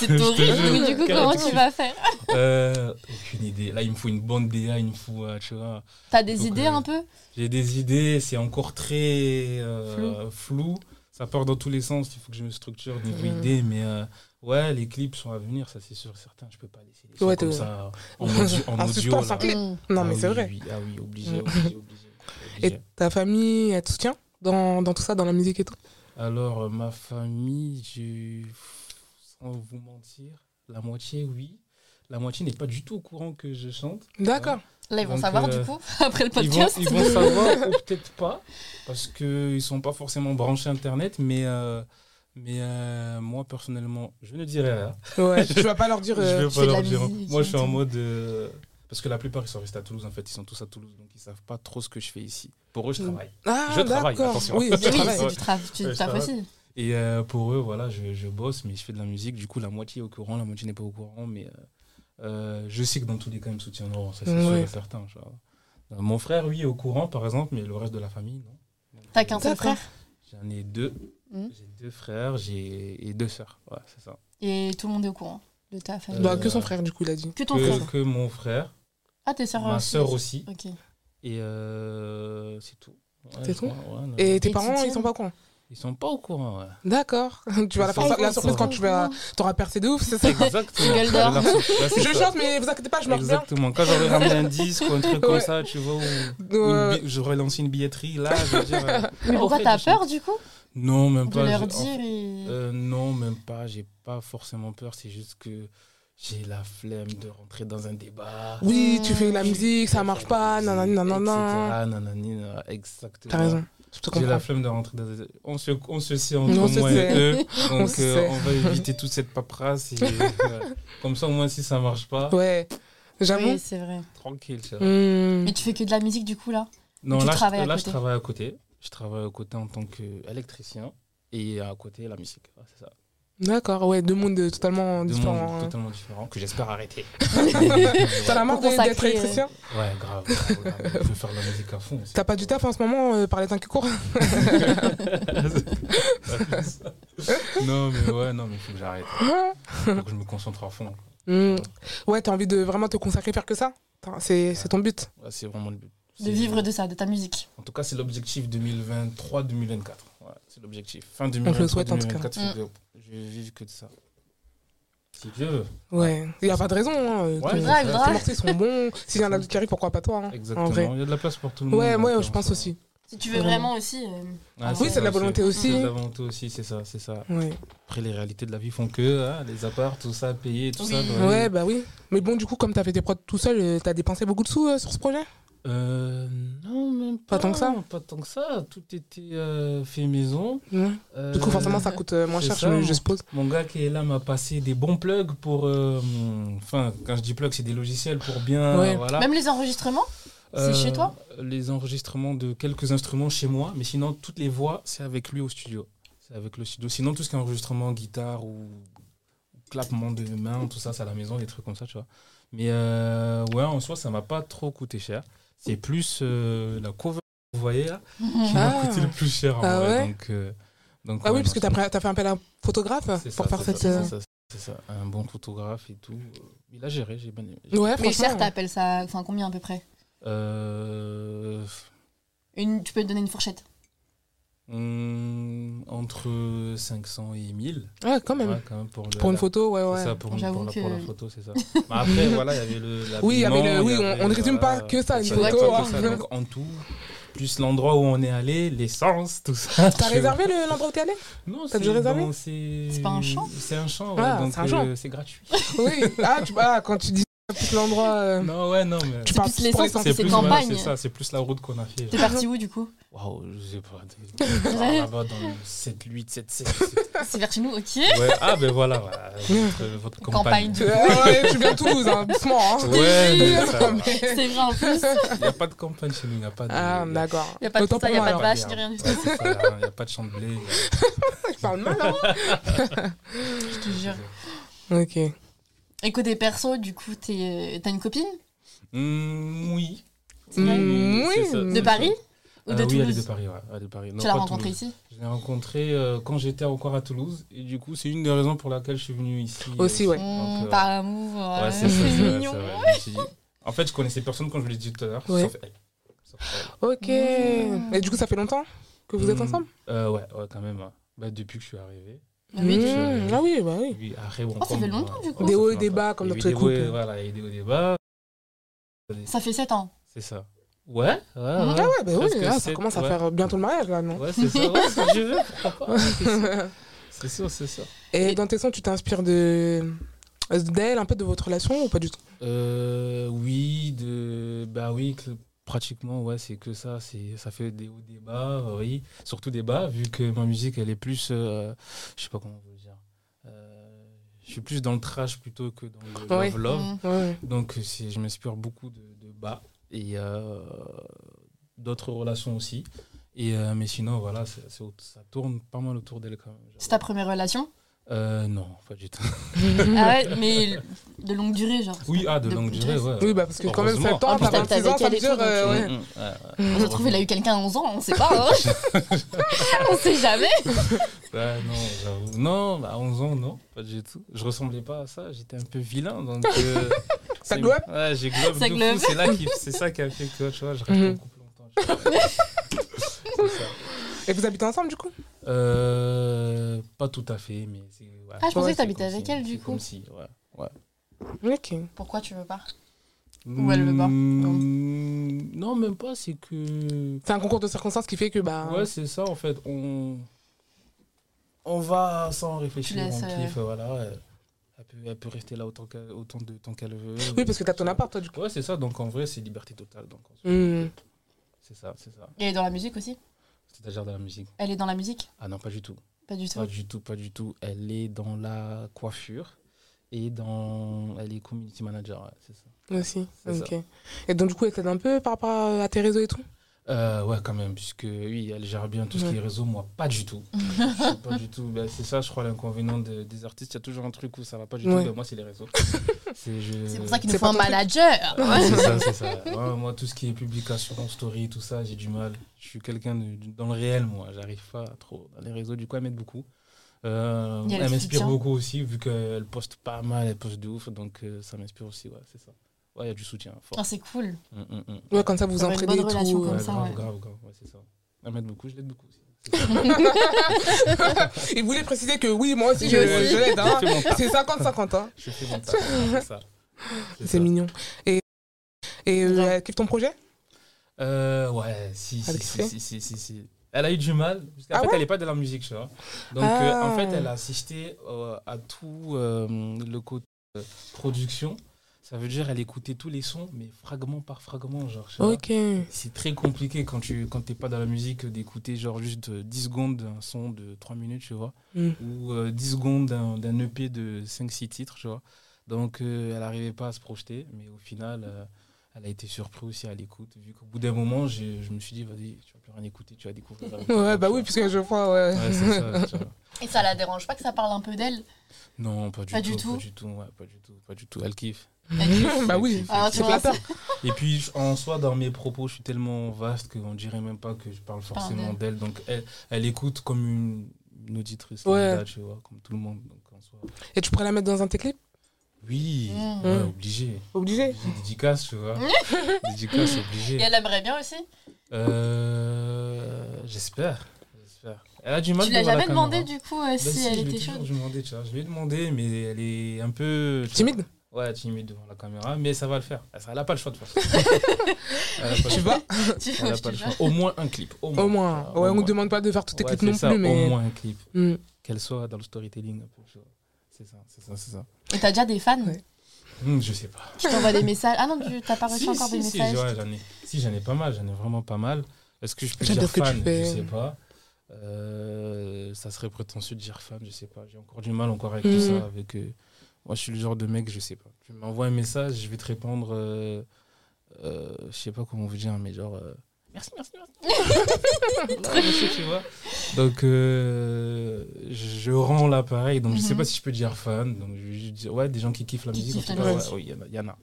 S3: C'est torride,
S2: jure.
S3: mais du coup,
S2: Carrément
S3: comment tu
S2: torride.
S3: vas faire
S2: Euh, aucune idée. Là, il me faut une bande DA, il me faut, euh, tu vois.
S3: T'as des
S2: Donc,
S3: idées
S2: euh,
S3: un peu
S2: J'ai des idées, c'est encore très euh, flou. Ça part dans tous les sens, il faut que je me structure niveau
S1: Mhm.
S2: idée, mais euh, ouais, les clips sont à venir, ça c'est sûr, certain. Je peux pas laisser les sons
S1: Ouais,
S2: comme
S1: t'es-
S2: ça
S1: *laughs*
S2: en audio. En
S1: En
S2: audio,
S1: suspense,
S2: là.
S1: en clip.
S3: Mm.
S1: Non,
S2: Ah
S1: mais
S2: oui,
S1: c'est vrai.
S2: oui, ah oui, obligé,
S1: Mm.
S2: obligé, obligé. obligé.
S1: *laughs* Et ta famille, elle te soutient dans, dans tout ça, dans la musique et tout
S2: Alors, euh, ma famille, je- sans vous mentir, la moitié, oui. La moitié n'est pas du tout au courant que je chante.
S1: D'accord.
S3: Là, ils vont
S2: Donc,
S3: savoir,
S2: euh,
S3: du coup, *laughs* après le
S2: Ils vont,
S3: podcast.
S2: ils vont savoir, ou peut-être pas, parce qu'ils ne sont pas forcément branchés Internet, mais, euh, mais euh, moi, personnellement, je ne dirais rien.
S1: Ouais, tu vas pas leur dire. euh,
S2: je vais
S3: c'est
S2: pas
S3: de la
S2: leur dire.
S3: musique,
S2: Moi, je suis en
S3: j'entends.
S2: mode. euh, parce que la plupart, ils sont restés à Toulouse, en fait. Ils sont tous à Toulouse, donc ils savent pas trop ce que je fais ici. Pour eux, je
S1: Mm.
S2: travaille.
S1: Ah,
S2: Je travaille,
S1: d'accord.
S2: attention.
S1: Oui,
S3: *laughs* Oui,
S1: je
S3: c'est
S1: travaille.
S3: du travail, tu
S2: Ouais, je
S3: taffes
S2: travaille.
S3: aussi.
S2: Et euh, pour eux, voilà, je, je bosse, mais je fais de la musique. Du coup, la moitié est au courant, la moitié n'est pas au courant. Mais euh, euh, je sais que dans tous les cas, ils me soutiendront. Ça, c'est sûr
S1: Ouais.
S2: et certain. tu vois. Euh, Mon frère, oui, est au courant, par exemple, mais le reste de la famille, non. Donc,
S3: T'as
S2: euh,
S3: qu'un seul
S1: D'accord.
S3: frère
S2: J'en ai deux.
S3: Mhm.
S2: J'ai deux frères j'ai... et deux sœurs. Ouais, c'est ça.
S3: et tout le monde est au courant de ta famille.
S1: Bah,
S2: Euh,
S1: que son frère, du coup, il a dit.
S3: Que ton frère.
S2: Que, que mon frère,
S3: Ah, tes soeurs
S2: euh, ma sœur aussi.
S3: Ok.
S2: Et euh, c'est tout. Ouais,
S1: C'est
S2: je
S1: tout
S2: crois, ouais, non.
S1: Et tes
S3: Et
S1: parents,
S3: Titiane.
S1: ils sont pas au courant
S2: Ils sont pas au courant. ouais.
S1: D'accord. *laughs* Tu vas la faire
S2: Ah,
S1: ça-
S2: ils
S1: la
S2: sont
S1: surprise
S2: au
S1: quand tu vas. T'auras percé de ouf, c'est
S2: *laughs*
S1: ça
S2: Exactement.
S3: Gueule d'or.
S2: Là, c'est- là, c'est
S1: Je
S2: ça.
S1: chante, mais vous inquiétez pas, je me reviens.
S2: Exactement. Quand j'aurais ramené un disque ou un truc comme
S1: Ouais.
S2: ça, tu vois, ou
S1: Euh,
S2: une bi- j'aurais lancé une billetterie, là, je veux dire. euh,
S3: Mais
S2: en
S3: pourquoi
S2: fait,
S3: t'as
S2: je-
S3: peur, du coup
S2: Non, même
S3: De
S2: pas. j'ai-
S3: leur
S2: en-
S3: dire et...
S2: euh, non, même pas. J'ai pas forcément peur. C'est juste que j'ai la flemme de rentrer dans un débat.
S1: Oui, tu fais de la musique, ça marche pas, nanani, nanana.
S2: Etc., nanani, nanana, exactement.
S1: T'as raison, je te
S2: J'ai
S1: comprends.
S2: la flemme de rentrer dans un On se, on se sait
S1: On
S2: entre
S1: se
S2: moi
S1: sait.
S2: et eux.
S1: *laughs* On
S2: Donc,
S1: se
S2: euh,
S1: sait.
S2: on va éviter toute cette paperasse. Et, euh,
S1: *laughs*
S2: voilà. Comme ça, au moins, si ça marche pas,
S1: Ouais, j'avoue.
S3: Oui, c'est vrai.
S2: tranquille. tu vois. Mm.
S1: Hmm.
S3: Mais tu fais que de la musique, du coup,
S2: *laughs*
S3: là
S2: Non,
S3: tu
S2: là,
S3: travailles à
S2: je, là, je
S3: côté.
S2: travaille à côté. Je travaille à côté en tant qu'électricien et à côté la musique. Ouais, c'est ça.
S1: D'accord, ouais, deux mondes euh, totalement
S2: Deux
S1: différents.
S2: mondes
S1: hein.
S2: totalement différents que j'espère arrêter.
S1: *laughs* T'as la
S2: ouais,
S1: marque
S3: Pour consacrer,
S1: d'être électricien
S2: grave, grave, grave. Je veux faire de la musique à fond. c'est-
S1: T'as pas du taf en ce moment euh, par les temps qui courent *laughs*
S2: *laughs* non, mais ouais, non, mais il faut que j'arrête. Faut que je me concentre à fond.
S1: Hmm. Ouais, t'as envie de vraiment te consacrer, faire que ça Attends, C'est c'est ton but.
S2: Ouais, c'est vraiment le but.
S3: De
S2: C'est-
S3: vivre de ça, de ta musique.
S2: En tout cas, c'est l'objectif 2023-2024. Ouais, c'est l'objectif. Fin
S1: le souhaite, en tout cas. Mm.
S2: 2023-2024, faut que je vive que de ça. Si Dieu veut.
S1: Ouais, y a pas de raison. Hein. euh,
S2: Ouais,
S1: ton-
S2: c'est
S3: Grave,
S2: ça.
S1: Tes
S3: grave.
S1: morceaux ils sont bons. S'il y en a d'autres qui arrivent, pourquoi pas toi hein, En
S2: Exactement.
S1: vrai.
S2: Il y a de la place pour tout le monde.
S1: Ouais,
S2: donc,
S1: ouais,
S2: euh,
S1: je
S2: en
S1: pense
S2: soi.
S1: aussi.
S3: Si tu veux vraiment aussi... euh,
S2: Ouais,
S3: Ah
S1: Oui, c'est de la
S2: ça,
S1: volonté
S2: C'est
S1: aussi.
S2: de la volonté aussi, c'est ça, c'est ça.
S1: Ouais.
S2: Après, les réalités de la vie font que hein, les apparts, tout ça, payer, tout
S3: Oui.
S2: ça. doit aller.
S1: Ouais, bah oui. Mais bon, du coup, comme t'as fait tes prods tout seul, euh, t'as dépensé beaucoup de sous euh, sur ce projet
S2: Euh, non, même pas.
S1: Pas tant que ça.
S2: Pas tant que ça. Tout était euh, fait maison.
S1: Ouais. Du coup,
S2: Euh,
S1: forcément, ça coûte euh, moins
S2: c'est
S1: cher,
S2: ça.
S1: je, je suppose.
S2: Mon gars qui est là m'a passé des bons plugs pour. euh, Enfin, quand je dis plugs, c'est des logiciels pour bien.
S1: Ouais.
S2: Voilà. Euh,
S3: Même les
S2: *laughs*
S3: enregistrements c'est chez toi
S2: Les enregistrements de quelques instruments chez moi, mais sinon, toutes les voix, c'est avec lui au studio. C'est avec le studio. Sinon, tout ce qui est enregistrement, guitare ou clapement de main, tout ça, c'est à la maison, des trucs comme ça, tu vois. Mais euh, ouais, en soi, ça m'a pas trop coûté cher. C'est plus euh, la cover que vous voyez là qui m'a
S1: Ah.
S2: coûté le plus cher. en
S1: Ah
S2: vrai.
S1: ouais
S2: donc, euh, donc,
S1: Ah oui,
S2: ouais,
S1: parce que
S2: non,
S1: t'as pris- t'as fait appel à un photographe
S2: c'est
S1: pour
S2: ça,
S1: faire
S2: c'est
S1: cette.
S2: ça,
S1: euh,
S2: c'est ça, c'est ça. un bon photographe et tout. Euh, Il a géré, j'ai bien aimé.
S1: Ouais,
S3: Mais
S1: franchement.
S3: cher, t'appelles ça... Enfin, combien à peu près
S2: Euh,
S3: une... Tu peux te donner une fourchette
S2: Hum, entre 500 et 1000.
S1: Ouais, quand même.
S2: Ouais, quand même pour, le-
S1: Pour une
S2: la-
S1: photo, ouais,
S2: C'est
S1: ouais.
S2: ça, pour, une-
S3: J'avoue
S2: pour la, pour la
S3: que-
S2: photo,
S3: *laughs*
S2: c'est ça. Bah, après, voilà, il y avait le.
S1: Oui,
S2: l'habillement,
S1: il y avait le- oui,
S2: il y
S1: on-
S2: avait,
S1: on ne résume
S2: voilà,
S1: pas que ça, une
S2: il y avait
S3: photo,
S2: pas que
S1: hein.
S2: ça. Donc, en tout, plus l'endroit où on est allé, l'essence, tout ça.
S1: T'as
S2: *laughs* tu
S1: réservé le- l'endroit où t'es
S2: *laughs*
S1: allé
S2: vois. Non,
S1: T'as
S2: c'est-
S1: déjà réservé
S2: non, C'est
S3: C'est pas un champ
S2: C'est un champ,
S1: Ah,
S2: ouais, donc
S1: c'est un champ.
S2: euh, c'est gratuit.
S1: Oui. Ah, tu, ah, quand tu dis tout l'endroit.
S3: *laughs*
S1: euh,
S2: Non, ouais, non, mais.
S1: Tu
S3: C'est
S1: parles
S3: plus
S1: pour
S3: l'essence,
S1: l'essence.
S3: c'est
S2: plus, voilà,
S3: campagne.
S2: c'est ça, c'est plus la route qu'on a fait. *laughs*
S3: T'es parti où du coup
S2: Waouh, je sais pas.
S3: *laughs*
S2: des- par Là-bas, dans le 7, 8, 7, 7.
S3: C'est vers chez nous, ok.
S2: *laughs* Ouais, ah, ben voilà, voilà, votre, votre
S3: Campagne.
S2: campagne.
S1: tu- ah ouais, tu viens de Toulouse, hein, doucement.
S2: *laughs*
S1: hein.
S3: *laughs*
S2: Ouais, mais ça va.
S3: C'est vrai en plus.
S2: Il n'y a pas de campagne chez nous, il n'y a pas de.
S1: Ah, d'accord.
S3: Y a pas de
S1: Autant
S3: ça,
S1: pour
S3: y a pas
S1: moi,
S3: de
S1: alors.
S3: vache, ni rien du tout.
S2: Il n'y a pas de champ de blé.
S1: Tu parles mal, hein
S3: Je te jure.
S1: Ok.
S3: Et côté perso, du coup, t'es- euh, t'as une copine
S2: Hum, oui.
S3: C'est vrai
S1: Mm, oui.
S2: C'est ça,
S3: De
S2: c'est
S3: Paris
S2: ça.
S3: Ou de
S2: Euh, Oui, elle est de
S3: Toulouse
S2: Paris. Ouais. Elle est de Paris. Non,
S3: Tu l'as
S2: pas
S3: rencontrée
S2: Toulouse.
S3: ici
S2: Je l'ai rencontrée euh, quand j'étais encore à Toulouse. Et du coup, c'est une des raisons pour laquelle je suis venu ici.
S1: Aussi, ouais.
S2: Donc, euh,
S3: Mmh, Par amour. euh, *laughs*
S2: ouais, c'est ça, c'est
S3: C'est
S2: vrai,
S3: mignon.
S2: c'est vrai. Je me suis dit- En fait, je connaissais personne quand je vous l'ai dit tout à l'heure.
S1: Ouais.
S2: Sauf elle. Sauf elle.
S1: Ok.
S3: Mm.
S1: Et du coup, ça fait longtemps que vous êtes
S2: Hum,
S1: ensemble
S2: euh, ouais, ouais, quand même. hein. Bah, depuis que je suis arrivé.
S3: Ah oui, tu-
S1: Mm. Ah oui, bah oui.
S2: Oui, après, on
S3: Oh, ça
S2: compte,
S3: fait longtemps, du
S2: on
S3: coup.
S2: compte,
S1: Des
S2: ça
S1: hauts
S2: fait
S1: et des
S2: longtemps.
S1: bas, comme
S2: Il y
S1: dans
S2: a eu
S1: tous les
S2: des
S1: couples.
S2: hauts et- Voilà, il y a eu des hauts et des bas.
S3: Ça fait 7 ans.
S2: C'est ça. Ouais, ouais,
S3: Ah
S1: Ah ouais, bah
S2: Parce
S1: oui,
S2: que
S1: ah, ça
S2: c'est-
S1: commence à
S2: ouais.
S1: faire bientôt le mariage, là, non
S2: Ouais, c'est ça, ouais, si je veux,
S1: *laughs*
S2: pourquoi pas, ouais, c'est ça. C'est sûr, c'est ça.
S1: Et dans tes sons, tu t'inspires de d'elle, un peu de votre relation ou pas du tout
S2: Euh, oui, de... Bah oui, que- pratiquement, ouais, c'est que ça. c'est Ça fait des hauts, des bas, euh, oui. Surtout des bas, vu que ma musique, elle est plus... euh, je sais pas comment vous dire. Euh, je suis plus dans le trash plutôt que dans le
S1: Oui.
S2: love love.
S3: Mmh.
S1: Ouais, Mm. ouais.
S2: Donc c'est- je m'inspire beaucoup de, de bas et euh, d'autres relations aussi. Et, euh, mais sinon, voilà, c'est- c'est au- ça tourne pas mal autour d'elle quand même.
S3: C'est ta première
S2: *laughs*
S3: relation
S2: Euh, non, pas du tout.
S3: Ah ouais, mais de longue durée, genre.
S2: Oui, ah, de
S3: De
S2: longue
S3: coups de
S2: durée,
S3: chance.
S2: ouais.
S1: Oui, bah parce que quand même,
S2: Heureusement. Ah,
S1: 7 ans,
S3: En plus,
S1: t'as
S3: Ah, t'as-
S1: 26
S3: t'as
S1: ans, ça veut
S3: avec
S1: dire.
S3: elle et tout,
S1: euh,
S2: Mm,
S1: ouais.
S2: mm, ouais, ouais.
S3: Ça se trouve, il a eu quelqu'un à 11 ans, on sait pas. hein.
S2: *laughs*
S3: on sait jamais.
S2: Ouais, Bah, non, j'avoue. Non, bah, à 11 ans, non, pas du tout. Je ressemblais pas à ça, j'étais un peu vilain. Donc, euh,
S1: Ça
S2: c'est-
S1: globe
S2: Ouais, j'ai globe.
S3: Ça
S2: de fou,
S3: globe.
S2: C'est là qui- c'est ça qui a fait que, tu vois, je reste
S1: Mhm.
S2: en couple longtemps. tu vois. C'est ça.
S1: Et vous habitez ensemble, du coup
S2: Euh, pas tout à fait, mais c'est. ouais.
S3: Ah, je pensais que
S2: C'est
S3: t'habitais
S2: comme
S3: avec
S2: si-
S3: elle, du
S2: c'est
S3: coup.
S2: comme si, ouais. ouais.
S1: Ok.
S3: Pourquoi tu veux pas Ou elle veut pas,
S2: Mm, Non, même pas, c'est que.
S1: C'est un concours de circonstances qui fait que, bah.
S3: Hein.
S2: Ouais, c'est ça, en fait. On. On va sans réfléchir,
S3: laisses,
S2: on
S3: euh,
S2: kiffe, voilà. euh, Elle peut, elle peut rester là autant, qu'elle- autant de temps qu'elle veut.
S1: Oui, parce que t'as ton appart, toi, du coup.
S2: Ouais, c'est ça, donc en vrai, c'est liberté totale. Donc, on se-
S1: Mm.
S2: C'est ça, c'est ça.
S3: Elle est dans la musique aussi
S2: C'est-à-dire dans la musique.
S3: Elle est dans la musique
S2: Ah non, pas du tout.
S3: Pas du tout.
S2: Pas du tout, pas du tout. Elle est dans la coiffure et dans. Elle est community manager, ouais, c'est ça.
S1: Mm, Aussi.
S2: C'est ça.
S1: Ok. Et donc, du coup, elle t'aide un peu par rapport à tes réseaux et tout
S2: Euh, ouais, quand même, puisque oui, elle gère bien tout ce qui est réseau, moi, pas du
S3: *laughs*
S2: tout. Je sais pas du tout. Ben, c'est ça, je crois, l'inconvénient de- des artistes. Il y a toujours un truc où ça va pas du
S1: Ouais.
S2: tout. Ben, moi, c'est
S3: *laughs*
S2: les réseaux. C'est je-
S3: C'est pour ça qu'il
S1: C'est
S3: nous faut
S1: pas
S3: un
S1: ton truc.
S2: *laughs*
S3: manager.
S2: Ah, c'est ça, c'est ça. Ouais, moi, tout ce qui est publication, story, tout ça, j'ai du mal. Je suis quelqu'un de- de- dans le réel, moi. J'arrive pas à trop. Dans les réseaux, du coup, elle m'aide beaucoup. Euh,
S3: Il y a le
S2: elle m'inspire
S3: soutien.
S2: beaucoup aussi, vu qu'elle poste pas mal, elle poste de ouf. Donc, euh, ça m'inspire aussi, ouais, c'est ça. Ouais, il y a du soutien fort.
S3: Ah, c'est cool.
S2: Mm, mm, mm.
S1: Ouais, comme ça, vous vous
S3: Ça va être
S1: entraidez et
S3: bonne relation,
S1: tout. euh.
S3: comme
S2: Ouais,
S3: ça,
S2: grave,
S3: ouais.
S2: grave, grave, ouais, c'est ça. Elle m'aide beaucoup, je l'aide beaucoup aussi.
S1: *laughs* Il voulait préciser que oui, moi aussi, je,
S3: Moi aussi.
S1: je l'aide. hein.
S2: Je fais mon taf.
S1: C'est 50-50, hein.
S2: Je fais mon taf, c'est ça.
S1: C'est
S2: ça.
S1: mignon. Et, et euh,
S3: Grave.
S1: elle kiffe ton projet
S2: Euh, ouais, si,
S1: Elle
S2: si,
S1: kiffait
S2: si, si, si, si, si. Elle a eu du mal, parce qu'en
S1: Ah
S2: fait,
S1: ouais
S2: elle n'est pas de la musique, tu vois. Donc,
S1: Ah.
S2: euh, en fait, elle a assisté euh, à tout euh, le côté euh, production. Ça veut dire elle écoutait tous les sons, mais fragment par fragment, genre. tu vois.
S1: Ok.
S2: C'est très compliqué quand tu quand t'es pas dans la musique d'écouter genre juste euh, 10 secondes d'un son de 3 minutes, tu vois,
S1: Mm.
S2: ou euh, 10 secondes d'un d'un EP de 5-6 titres, tu vois. Donc euh, elle n'arrivait pas à se projeter, mais au final, euh, elle a été surprise aussi à l'écoute, vu qu'au bout d'un moment, j'ai- je me suis dit, vas-y, tu vas plus rien écouter, tu vas découvrir.
S1: *laughs*
S2: la musique,
S1: Ouais,
S2: tu
S1: bah
S2: vois.
S1: oui, puisque je crois, ouais.
S2: Ouais, c'est ça, tu vois.
S1: *laughs*
S3: Et ça la dérange pas que ça parle un peu d'elle
S2: Non, pas du
S3: Pas
S2: tout.
S3: du tout.
S2: Pas du tout, ouais, pas du tout, pas du tout. Elle kiffe.
S1: bah
S2: *laughs* Elle
S1: oui.
S2: kiffe, elle
S3: Ah, tu
S1: C'est
S3: vois,
S1: flatteur.
S2: Et puis je- en soi, dans mes propos, je suis tellement vaste qu'on dirait même pas que je parle forcément
S3: Parle
S2: d'elle. Donc elle, elle écoute comme une, une auditrice,
S1: Ouais.
S2: lambda, tu vois, comme tout le monde. Donc en soi,
S1: Et tu pourrais la mettre dans un de tes clips
S2: oui,
S3: Mm.
S2: ouais,
S1: Mm.
S2: obligé.
S1: Obligé.
S2: Obligé, Dédicace,
S3: *laughs*
S2: tu vois. dédicace,
S3: Et
S2: obligé.
S3: elle aimerait bien aussi
S2: Euh, J'espère. faire. Elle a du mal
S3: Tu l'as
S2: devant la
S3: jamais demandé
S2: caméra.
S3: du coup euh,
S2: Bah
S3: si
S2: si,
S3: elle
S2: je l'ai
S3: était
S2: toujours
S3: chaude
S2: demandé, tu vois. Je lui ai demandé, mais elle est un peu. tu
S1: Timide
S2: vois, Ouais, timide devant la caméra, mais ça va le faire. Elle sera- Elle n'a pas le choix de
S3: *laughs*
S2: toute façon. Elle a pas
S1: Tu
S2: le
S1: vas
S3: Tu
S2: choix. Elle
S3: vois,
S2: a
S3: je
S2: pas
S3: te
S2: le
S3: jure.
S2: choix. Au moins un clip. Au moins.
S1: Au moins.
S2: tu vois,
S1: Ouais,
S2: au
S1: on
S2: moins.
S1: ne demande pas de faire toutes tes
S2: Ouais,
S1: clips
S2: c'est
S1: non
S2: ça,
S1: plus,
S2: Au
S1: mais.
S2: moins un clip.
S1: Mm.
S2: Qu'elle soit dans le storytelling. un peu, tu vois. C'est ça, c'est ça, c'est ça.
S3: Et t'as déjà des fans
S1: Ouais.
S2: Hum, je sais pas.
S3: qui t'envoient des messages Ah non, tu t'as pas reçu
S2: Si,
S3: encore
S2: si,
S3: des
S2: si,
S3: messages
S2: ouais, j'en ai, si, j'en ai pas mal, j'en ai vraiment pas mal. Est-ce que je peux
S1: J'aime
S2: dire
S1: bien ce que tu
S2: fan
S1: fais.
S2: Je sais pas. Euh, ça serait prétentieux de dire fan, je sais pas. J'ai encore du mal encore avec tout
S1: Mm.
S2: ça. Avec, euh, moi, je suis le genre de mec, je sais pas. Tu m'envoies un message, je vais te répondre. euh, euh, je sais pas comment vous dire, mais genre. euh, merci, merci, merci. *laughs* Ouais, monsieur, tu vois. Donc, euh, je rends l'appareil. Donc, je sais
S3: Mhm.
S2: pas si je peux dire fan. Donc, je vais juste dire, ouais, des gens qui kiffent la
S3: Qui
S2: musique. en
S3: kiffent
S2: tout
S3: la
S2: cas, ouais,
S1: musique.
S2: oui, il y en a- il y en a.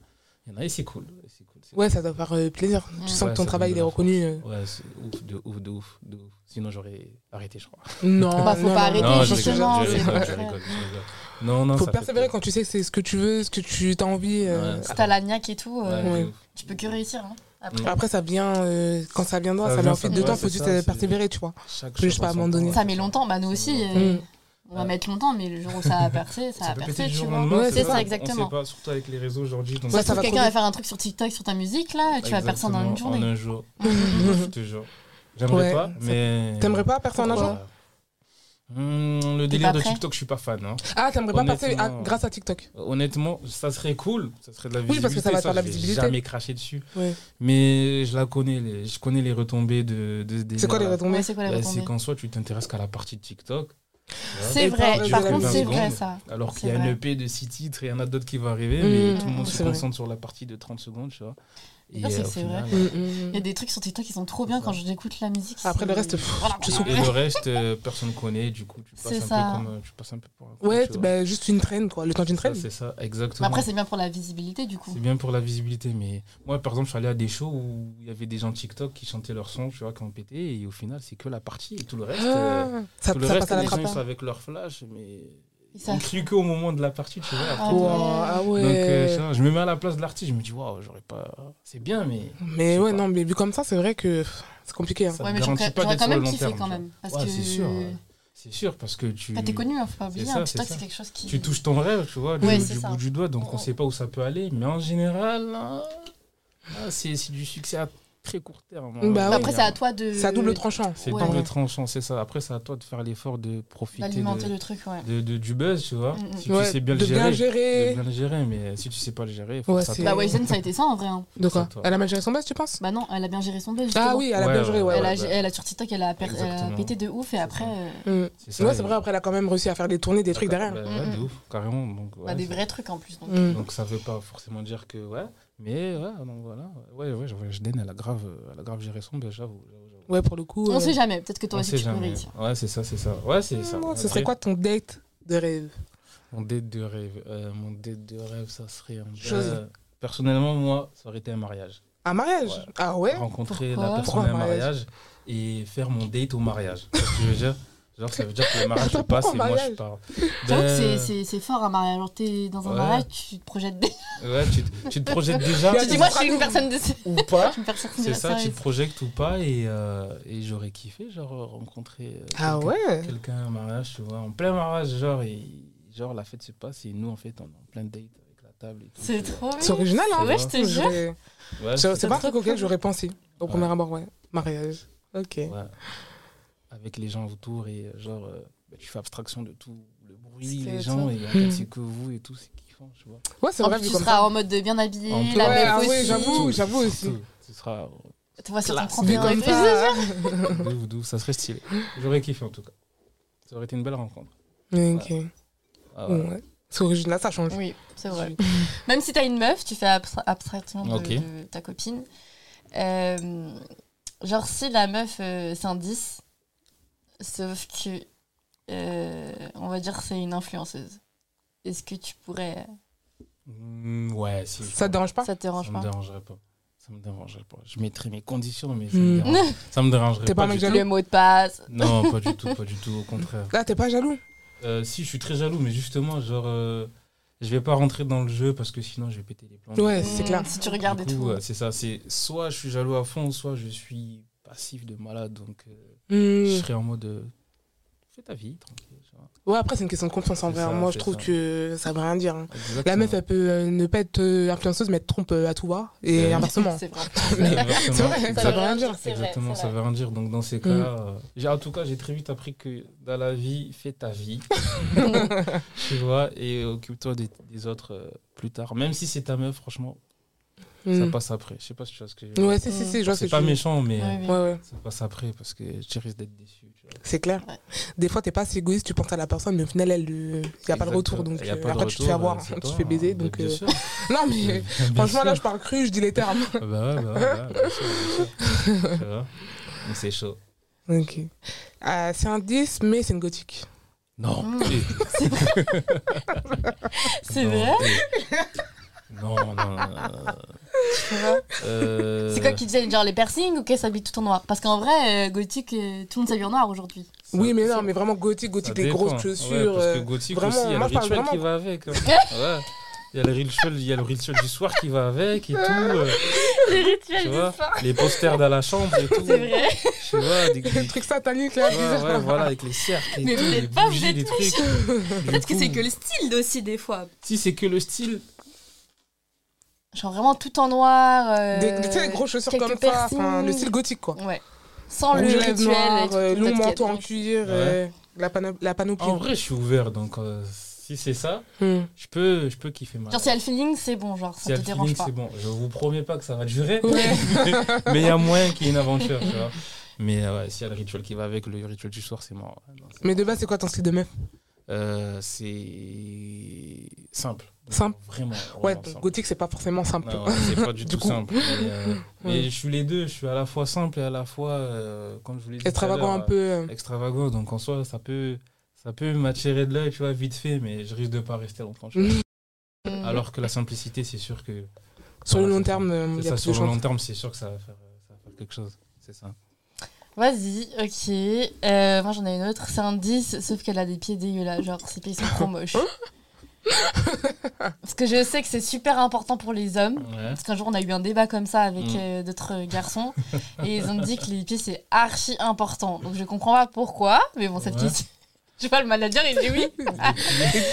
S2: Il y en a et c'est cool. et c'est cool, c'est
S1: Ouais, ça doit faire euh, plaisir. Tu sens
S2: Ouais,
S1: que ton
S2: ça
S1: travail
S2: donne
S1: il est
S2: de la
S1: reconnu.
S2: *laughs*
S1: euh.
S2: Ouais, c'est ouf, de ouf, de ouf, de ouf. Sinon, j'aurais arrêté, je crois.
S1: Non,
S3: Bah, faut
S1: non,
S3: pas
S1: non,
S3: arrêter,
S1: non,
S2: je
S1: je te jure,
S3: justement,
S2: rigole, je
S1: je-
S3: c'est
S2: rigole,
S3: vrai.
S2: je rigole, je rigole. Non, *laughs* non,
S1: Faut
S2: ça fait
S1: persévérer
S2: plaisir.
S1: quand tu sais que c'est ce que tu veux, ce que tu t'as envie. euh.
S2: Ouais,
S3: Si t'as la niaque et tout, euh,
S2: Ouais,
S1: ouais.
S2: de ouf.
S3: tu peux que réussir. hein.
S2: Mm.
S1: Après, ça vient, euh, quand ça viendra,
S2: Ça
S1: ça, met
S2: vient,
S1: en fait
S2: ça-
S1: de
S2: ouais,
S1: temps, faut
S2: c'est
S1: juste
S2: ça,
S1: euh,
S2: c'est-
S1: persévérer, tu vois.
S2: Chaque
S1: Juste
S2: chose
S1: pas
S2: en son
S1: abandonner.
S2: temps.
S1: Ouais,
S3: Ça met longtemps, bah nous aussi,
S2: Ça
S3: euh,
S1: Mm.
S3: on va mettre longtemps, mais le jour où ça va percer, ça
S2: Ça
S3: va
S2: peut péter
S3: percer,
S2: du
S3: tu
S2: jour au
S3: vois.
S2: lendemain.
S1: Ouais,
S3: c'est ça,
S2: On
S3: exactement.
S2: sait pas, surtout avec les réseaux aujourd'hui. donc
S1: Ouais,
S2: c'est-
S1: ça va
S3: Quelqu'un
S1: trop
S3: va faire un truc sur TikTok sur ta musique, là, tu vas percer en une
S2: Exactement,
S3: journée.
S2: En
S3: *laughs*
S2: un jour. je te jure. J'aimerais
S1: Ouais,
S2: pas,
S1: ça-
S2: mais.
S1: T'aimerais pas percer en
S2: Pourquoi
S1: argent
S2: Hum, Le
S3: T'es
S2: délire
S3: pas
S2: de
S3: prêt
S2: TikTok, je suis pas fan. hein.
S1: Ah, t'aimerais pas passer à-
S2: Honnêtement.
S1: grâce à TikTok
S2: Honnêtement, ça serait cool, ça serait de la
S1: Oui,
S2: visibilité.
S1: parce que ça va faire de la
S2: je vais
S1: visibilité.
S2: Jamais craché dessus.
S1: Ouais.
S2: Mais je la connais, les- je connais les retombées de. de,
S1: C'est quoi les
S2: délire-là.
S1: retombées
S3: Ouais, c'est quoi la
S2: Bah,
S3: retombée
S2: C'est qu'en soi, tu t'intéresses qu'à la partie de TikTok.
S3: C'est
S1: Et
S3: vrai,
S1: par-
S3: par
S1: je
S3: contre,
S1: l'ai
S3: c'est
S2: pas
S3: vrai
S2: seconde.
S3: ça.
S2: Alors
S3: C'est
S2: qu'il y a une
S3: vrai.
S2: EP de 6 titres et il y en a d'autres qui vont arriver,
S1: Mmh,
S2: mais tout le monde se
S1: c'est vrai.
S2: concentre sur la partie de 30 secondes, tu vois.
S3: Non, c'est
S2: euh,
S3: que
S2: au
S3: c'est
S2: final,
S1: Mm,
S3: Il
S1: mm,
S3: y a
S1: mm.
S3: des trucs sur TikTok qui sont trop bien quand j'écoute la musique.
S1: Après, le
S3: c'est-
S1: reste, pff,
S3: Voilà.
S1: tu
S2: Et le reste, euh, personne connaît, du coup, tu passes,
S3: C'est
S2: un
S3: ça.
S2: peu, comme, euh, tu passes un peu pour un con,
S1: Ouais,
S2: tu vois.
S1: bah, juste une traîne, quoi. Le temps d'une
S2: Ça,
S1: traîne.
S2: C'est ça, exactement.
S3: Mais après, c'est bien pour la visibilité du coup.
S2: C'est bien pour la visibilité, mais moi, par exemple, je suis allé à des shows où il y avait des gens TikTok qui chantaient leurs sons, tu vois, qui ont pété, et au final, c'est que la partie, et tout le reste, euh,
S1: Ah, ça,
S2: tout le
S1: ça
S2: reste
S1: passe à la
S2: les gens,
S1: trappe.
S2: ils sont
S1: hein.
S2: avec leur flash, mais
S3: Ils
S2: ils
S3: savent.
S2: crient qu'au moment de la partie, tu vois. après,
S3: Ah
S2: tu
S1: Wow,
S2: vois.
S1: ah ouais.
S2: Donc, euh, ça, je me mets à la place de l'artiste, je me dis, waouh, j'aurais pas. C'est bien, mais.
S1: mais
S2: je sais
S1: ouais,
S2: pas.
S1: non, mais vu comme ça, c'est vrai que pff, c'est compliqué. hein.
S2: Ça
S3: Ouais,
S2: te
S3: mais
S2: garantit
S3: j'aurais
S2: pas
S3: j'aurais
S2: d'être
S3: quand
S2: sur le
S3: même
S2: long
S3: kiffé
S2: terme,
S3: quand
S2: tu vois.
S3: même. Parce
S2: Ouais,
S3: que.
S2: c'est sûr. ouais. C'est sûr, parce que tu.
S3: Enfin, t'es connu, hein, faut pas oublier.
S2: C'est
S3: hein.
S2: ça,
S3: TikTok,
S2: c'est
S3: c'est
S2: ça.
S3: quelque chose qui.
S2: Tu touches ton rêve, tu vois, du,
S3: Ouais,
S2: du
S3: c'est ça.
S2: bout du doigt, donc on
S3: On-
S2: sait pas où ça peut aller. Mais en général, hein, ah, c'est c'est du succès à très court terme. hein.
S1: Bah Ah oui,
S3: Après, c'est à toi de.
S1: C'est à double tranchant.
S2: C'est
S3: Ouais.
S2: double tranchant, c'est ça. Après, c'est à toi de faire l'effort de profiter
S3: D'alimenter
S2: de,
S3: le truc, ouais.
S2: de- de- du buzz, tu vois.
S3: Mm, mm.
S2: Si
S1: Ouais,
S2: tu sais bien le
S1: de bien
S2: gérer,
S1: gérer.
S2: de bien le gérer, mais si tu sais pas le gérer,
S1: Ouais,
S2: force à
S1: c'est-
S2: toi.
S3: Bah, Wizen, ça a été ça en vrai. hein.
S1: De quoi
S2: Concentre-toi.
S1: Elle a mal géré son buzz, tu penses
S3: Bah, non, elle a bien géré son buzz.
S1: Ah
S3: justement.
S1: oui, elle a
S2: Ouais,
S1: bien géré, ouais.
S3: elle, a,
S2: ouais. bah.
S3: elle a sur TikTok, elle a, per- elle a
S2: Exactement.
S3: pété de ouf et
S2: C'est
S3: après,
S2: ça.
S3: euh,
S1: Mm.
S2: ça,
S1: ouais, c'est
S2: et-
S1: vrai, après, elle a quand même réussi à faire des tournées, des trucs derrière.
S2: Bah, ouais,
S3: Mm,
S2: de
S3: mm.
S2: ouf, carrément. Donc, ouais,
S3: bah, des
S2: c'est-
S3: vrais trucs en plus. donc.
S1: Mm.
S2: Donc ça veut pas forcément dire que ouais, mais ouais, donc voilà. Ouais, ouais, j'avoue, Jden, elle a grave, euh, elle a grave géré son buzz, j'avoue. j'avoue, j'avoue.
S1: Ouais, pour le coup.
S3: On
S1: euh,
S3: sait jamais, peut-être que toi
S2: On
S3: aussi
S2: sait
S3: tu peux
S2: jamais.
S3: réussir.
S2: Ouais, c'est ça, c'est ça. Ouais, c'est ça.
S1: non,
S2: Ouais,
S1: Ce serait
S2: vrai.
S1: quoi ton date de rêve
S2: Mon date de rêve. Euh, mon date de rêve, ça serait. un-
S1: Chose.
S2: Euh, personnellement, moi, ça aurait été un mariage.
S1: Un mariage
S2: Ouais.
S1: Ah ouais
S2: Rencontrer
S3: Pourquoi
S2: la personne
S1: Pourquoi
S2: à un
S1: un
S2: mariage et faire mon date au mariage. C'est ce que je veux dire. Genre, ça veut dire que le mariage se
S1: Attends,
S2: passe et
S1: *laughs* pourquoi
S2: moi je
S1: mariage
S2: pars.
S3: J'avoue que
S2: Ben,
S3: c'est- c'est- c'est fort un mariage. Genre, t'es dans un
S2: Ouais.
S3: mariage, tu te projettes des.
S2: Ouais, tu, te- tu te projettes déjà.
S1: Tu
S3: Tu dis, moi, je suis une personne de. Je
S2: ou pas.
S3: suis une personne de
S2: C'est
S3: la
S2: ça, tu
S3: série.
S2: te projettes ou pas et, euh, et j'aurais kiffé, genre, rencontrer. euh,
S1: Ah
S2: quelqu'un-
S1: ouais
S2: Quelqu'un à un mariage, tu vois, en plein mariage, genre, et, genre, la fête se passe et nous, en fait, on est en plein date avec la table et tout.
S3: C'est
S2: tu vois.
S3: trop
S1: C'est
S3: bien.
S1: original, hein
S3: Ouais, je te jure.
S1: J'aurais-
S2: Ouais,
S1: j'aurais-
S2: c'est-
S1: C'est pas un truc auquel j'aurais pensé au
S2: Ouais.
S1: premier abord, ouais. Mariage. Ok.
S2: ouais. Avec les gens autour et euh, genre, euh, bah, tu fais abstraction de tout le bruit,
S1: C'est
S2: les
S1: ça.
S2: gens, et en fait,
S1: Mm.
S2: c'est que vous et tout, c'est kiffant, tu vois.
S1: Ouais, c'est
S3: En
S1: vrai,
S3: plus,
S1: vu
S3: tu
S1: comme
S3: seras
S1: ça.
S3: en mode de bien habillé,
S2: En plus-
S3: la
S1: Ouais,
S3: belle
S1: ah
S3: aussi.
S1: oui, j'avoue.
S2: Surtout,
S1: j'avoue aussi.
S2: surtout, Ce sera euh,
S3: Tu vois, sur ton
S2: Classe.
S3: 31
S1: Vu
S2: Ouais,
S1: comme
S3: degrés.
S1: ça. *laughs*
S2: de ouf, de ouf, ça serait stylé. J'aurais kiffé en tout cas. Ça aurait été une belle rencontre.
S1: Ok.
S2: Ah, ouais.
S1: Ouais. C'est original, ça change.
S3: Oui, c'est vrai. Même si t'as une meuf, tu fais abstra- abstraction de,
S2: Ok.
S3: de ta copine. Euh, genre, si la meuf, euh, c'est un 10, sauf que, euh, on va dire, c'est une influenceuse. Est-ce que tu pourrais.
S2: Mm, ouais, si. je
S1: Ça te dérange pas
S3: Ça te dérange
S2: Ça me
S3: pas
S2: dérangerait pas. Ça me dérangerait pas. Je mettrais mes conditions, mais ça
S1: Mm.
S3: Hmm.
S2: me dérangerait,
S3: *laughs*
S2: ça me dérangerait
S1: T'es pas
S2: pas.
S1: un mec
S2: du
S1: jaloux
S3: Le mot de passe.
S2: tout. Non, pas du tout, pas du tout, au contraire.
S1: Là, t'es pas jaloux
S2: Euh, si, je suis très jaloux, mais justement, genre, euh, je vais pas rentrer dans le jeu parce que sinon je vais péter les plombs.
S1: Ouais,
S2: Du
S1: c'est
S3: Mm,
S1: clair.
S3: Si tu regardes et
S2: coup,
S3: tout.
S2: euh, c'est ça, c'est soit je suis jaloux à fond, soit je suis pas passif de malade. Donc, euh, je
S1: Hmm.
S2: serais en mode. euh, fais ta vie, tranquille. tu vois.
S1: Ouais, après, c'est une question de confiance en
S2: C'est
S1: vrai. hein.
S2: ça,
S1: Moi,
S2: c'est
S1: je trouve
S2: ça.
S1: que ça veut rien dire. hein. La
S2: Exactement.
S1: meuf, elle peut euh, ne pas être euh, influenceuse, mais être trompe euh, à tout bas. Et
S2: Ouais.
S1: inversement.
S3: *laughs* *laughs* C'est
S2: *laughs*
S3: vrai.
S2: Exactement.
S1: C'est vrai, *laughs*
S2: Exact-
S1: ça veut rien dire.
S3: c'est vrai,
S2: Exactement,
S3: c'est
S2: ça
S3: vrai.
S2: veut rien dire. Donc, dans ces cas-là,
S1: Mm.
S2: euh, j'ai- en tout cas, j'ai très vite appris que dans la vie, fais
S3: *laughs*
S2: ta vie. tu vois, et occupe-toi des, des autres euh, plus tard. Même si c'est ta meuf, franchement, ça
S1: Hmm.
S2: passe après. Je sais pas si tu vois ce que je veux dire.
S1: Ouais, si, si, si, je vois ce
S2: C'est
S1: que
S2: pas
S1: tu dis.
S2: méchant, mais euh,
S3: Ouais,
S1: Ouais, ouais.
S2: ça passe après parce que tu risques d'être déçu. tu vois.
S1: C'est clair.
S3: Ouais.
S1: Des fois, t'es pas assez égoïste, tu penses à la personne, mais au final, elle, il n'y a pas de
S2: Exactement.
S1: retour. Donc,
S2: Et y a
S1: euh,
S2: pas de
S1: après, tu te
S2: retour,
S1: fais
S2: bah,
S1: avoir,
S2: c'est
S1: tu te
S2: toi,
S1: fais baiser.
S2: hein,
S1: Donc,
S2: bien
S1: euh,
S2: sûr.
S1: *laughs* Non, mais
S2: Bien- bien
S1: franchement, là,
S2: sûr.
S1: je parle cru, je dis les
S2: *laughs*
S1: termes.
S2: Ah Bah ouais, bah ouais, bah ouais, bien sûr, bien
S1: *laughs*
S2: sûr. Tu vois Donc c'est chaud.
S1: ok. Euh, c'est un 10, mais c'est une gothique.
S2: Non.
S3: Mm.
S2: eh,
S3: C'est
S2: non,
S3: vrai.
S2: eh. Non, non, non, non, non.
S3: tu vois.
S2: Euh,
S3: *laughs* C'est quoi qui disait genre les piercings ou qu'elle s'habille tout en noir Parce qu'en vrai, euh, gothique, euh, tout le monde s'habille en noir aujourd'hui.
S2: ça-
S1: oui, mais non,
S2: ça-
S1: mais vraiment gothique,
S2: ça
S1: gothique, les
S2: dépend.
S1: grosses
S2: Ouais,
S1: chaussures.
S2: parce que
S1: euh,
S2: gothique
S1: vraiment,
S2: aussi, il y a
S1: moi,
S2: le
S1: je parle
S2: rituel qui
S1: vraiment-
S2: va
S1: *laughs*
S2: avec. hein. Ouais. Il y a le rituel, il y a le rituel du soir qui va avec et tout. euh,
S3: *laughs* Les
S2: tu
S3: rituels
S2: vois, les posters dans la chambre et tout.
S3: C'est vrai.
S2: Tu vois, des, des-
S1: le truc satanique, là.
S2: Ouais,
S1: bizarre.
S2: ouais, voilà, avec les cercles et
S1: Mais
S2: tout,
S3: vous
S2: les
S3: êtes pas, vous
S2: bougies,
S3: êtes
S2: les trucs. Du
S4: Peut-être que
S2: coup,
S4: c'est que le style aussi, des fois.
S2: Si c'est que le style,
S3: Genre vraiment tout en noir. euh,
S1: Des, tu sais, les grosses chaussures
S3: quelques
S1: comme ça,
S3: piercings.
S1: enfin, le style gothique, quoi.
S3: Ouais. Sans le
S1: Rouge à
S3: rituel.
S1: lèvres noires,
S3: et tout,
S1: euh,
S3: tout
S1: long
S3: le paquet.
S1: manteau en cuir,
S2: Ouais.
S1: euh, la, pano- la panoplie.
S2: en vrai, je suis ouvert. Donc, euh, si c'est ça,
S3: Mm.
S1: Hmm.
S2: je peux, je peux kiffer ma.
S3: Genre si elle feeling, c'est bon, genre
S2: Si
S3: ça
S2: elle
S3: te
S2: feeling,
S3: dérange pas.
S2: c'est bon. Je vous promets pas que ça va durer,
S1: Ouais.
S2: *laughs* mais il y a moyen qu'il y ait une aventure, tu vois. Mais euh, ouais, s'il y a le rituel qui va avec, le rituel du soir, c'est mort. Ouais, non, c'est-
S1: Mais de base, c'est quoi ton style de meuf
S2: Euh, c'est simple.
S1: Simple.
S2: Vraiment.
S1: Ouais,
S2: vraiment simple.
S1: gothique, c'est pas forcément simple.
S2: Non, ouais, c'est pas du,
S1: Du
S2: tout
S1: coup.
S2: simple. Mais, euh,
S1: *laughs*
S2: mais
S1: Ouais.
S2: je suis les deux. Je suis à la fois simple et à la fois, euh, comme je vous l'ai dit, tout
S1: *laughs*
S2: à
S1: Extravagant
S2: l'heure,
S1: un peu. euh,
S2: extravagant. Donc en soi, ça peut, ça peut m'attirer de l'œil, tu vois, vite fait, mais je risque de pas rester longtemps.
S1: *laughs*
S2: tu vois.
S3: Mm.
S2: Alors que la simplicité, c'est sûr que.
S1: Sur le
S2: Voilà,
S1: long
S2: c'est
S1: terme, euh,
S2: C'est
S1: il y a
S2: ça,
S1: plus de
S2: sur le
S1: chance. *laughs*
S2: long terme, c'est sûr que ça va faire, euh, ça va faire quelque chose. C'est ça.
S3: Mm. Vas-y, ok. Euh, moi j'en ai une autre, c'est un 10, sauf qu'elle a des pieds dégueulasses, genre ses pieds sont trop
S1: *laughs*
S3: moches. Parce que je sais que c'est super important pour les hommes.
S2: Ouais.
S3: Parce qu'un jour on a eu un débat comme ça avec
S2: Mm.
S3: euh, d'autres garçons et ils ont dit que les pieds c'est archi important. Donc je comprends pas pourquoi, mais bon, cette
S2: Ouais.
S3: question. *laughs* Je vois le manager, il dit oui,
S2: Ah. *laughs*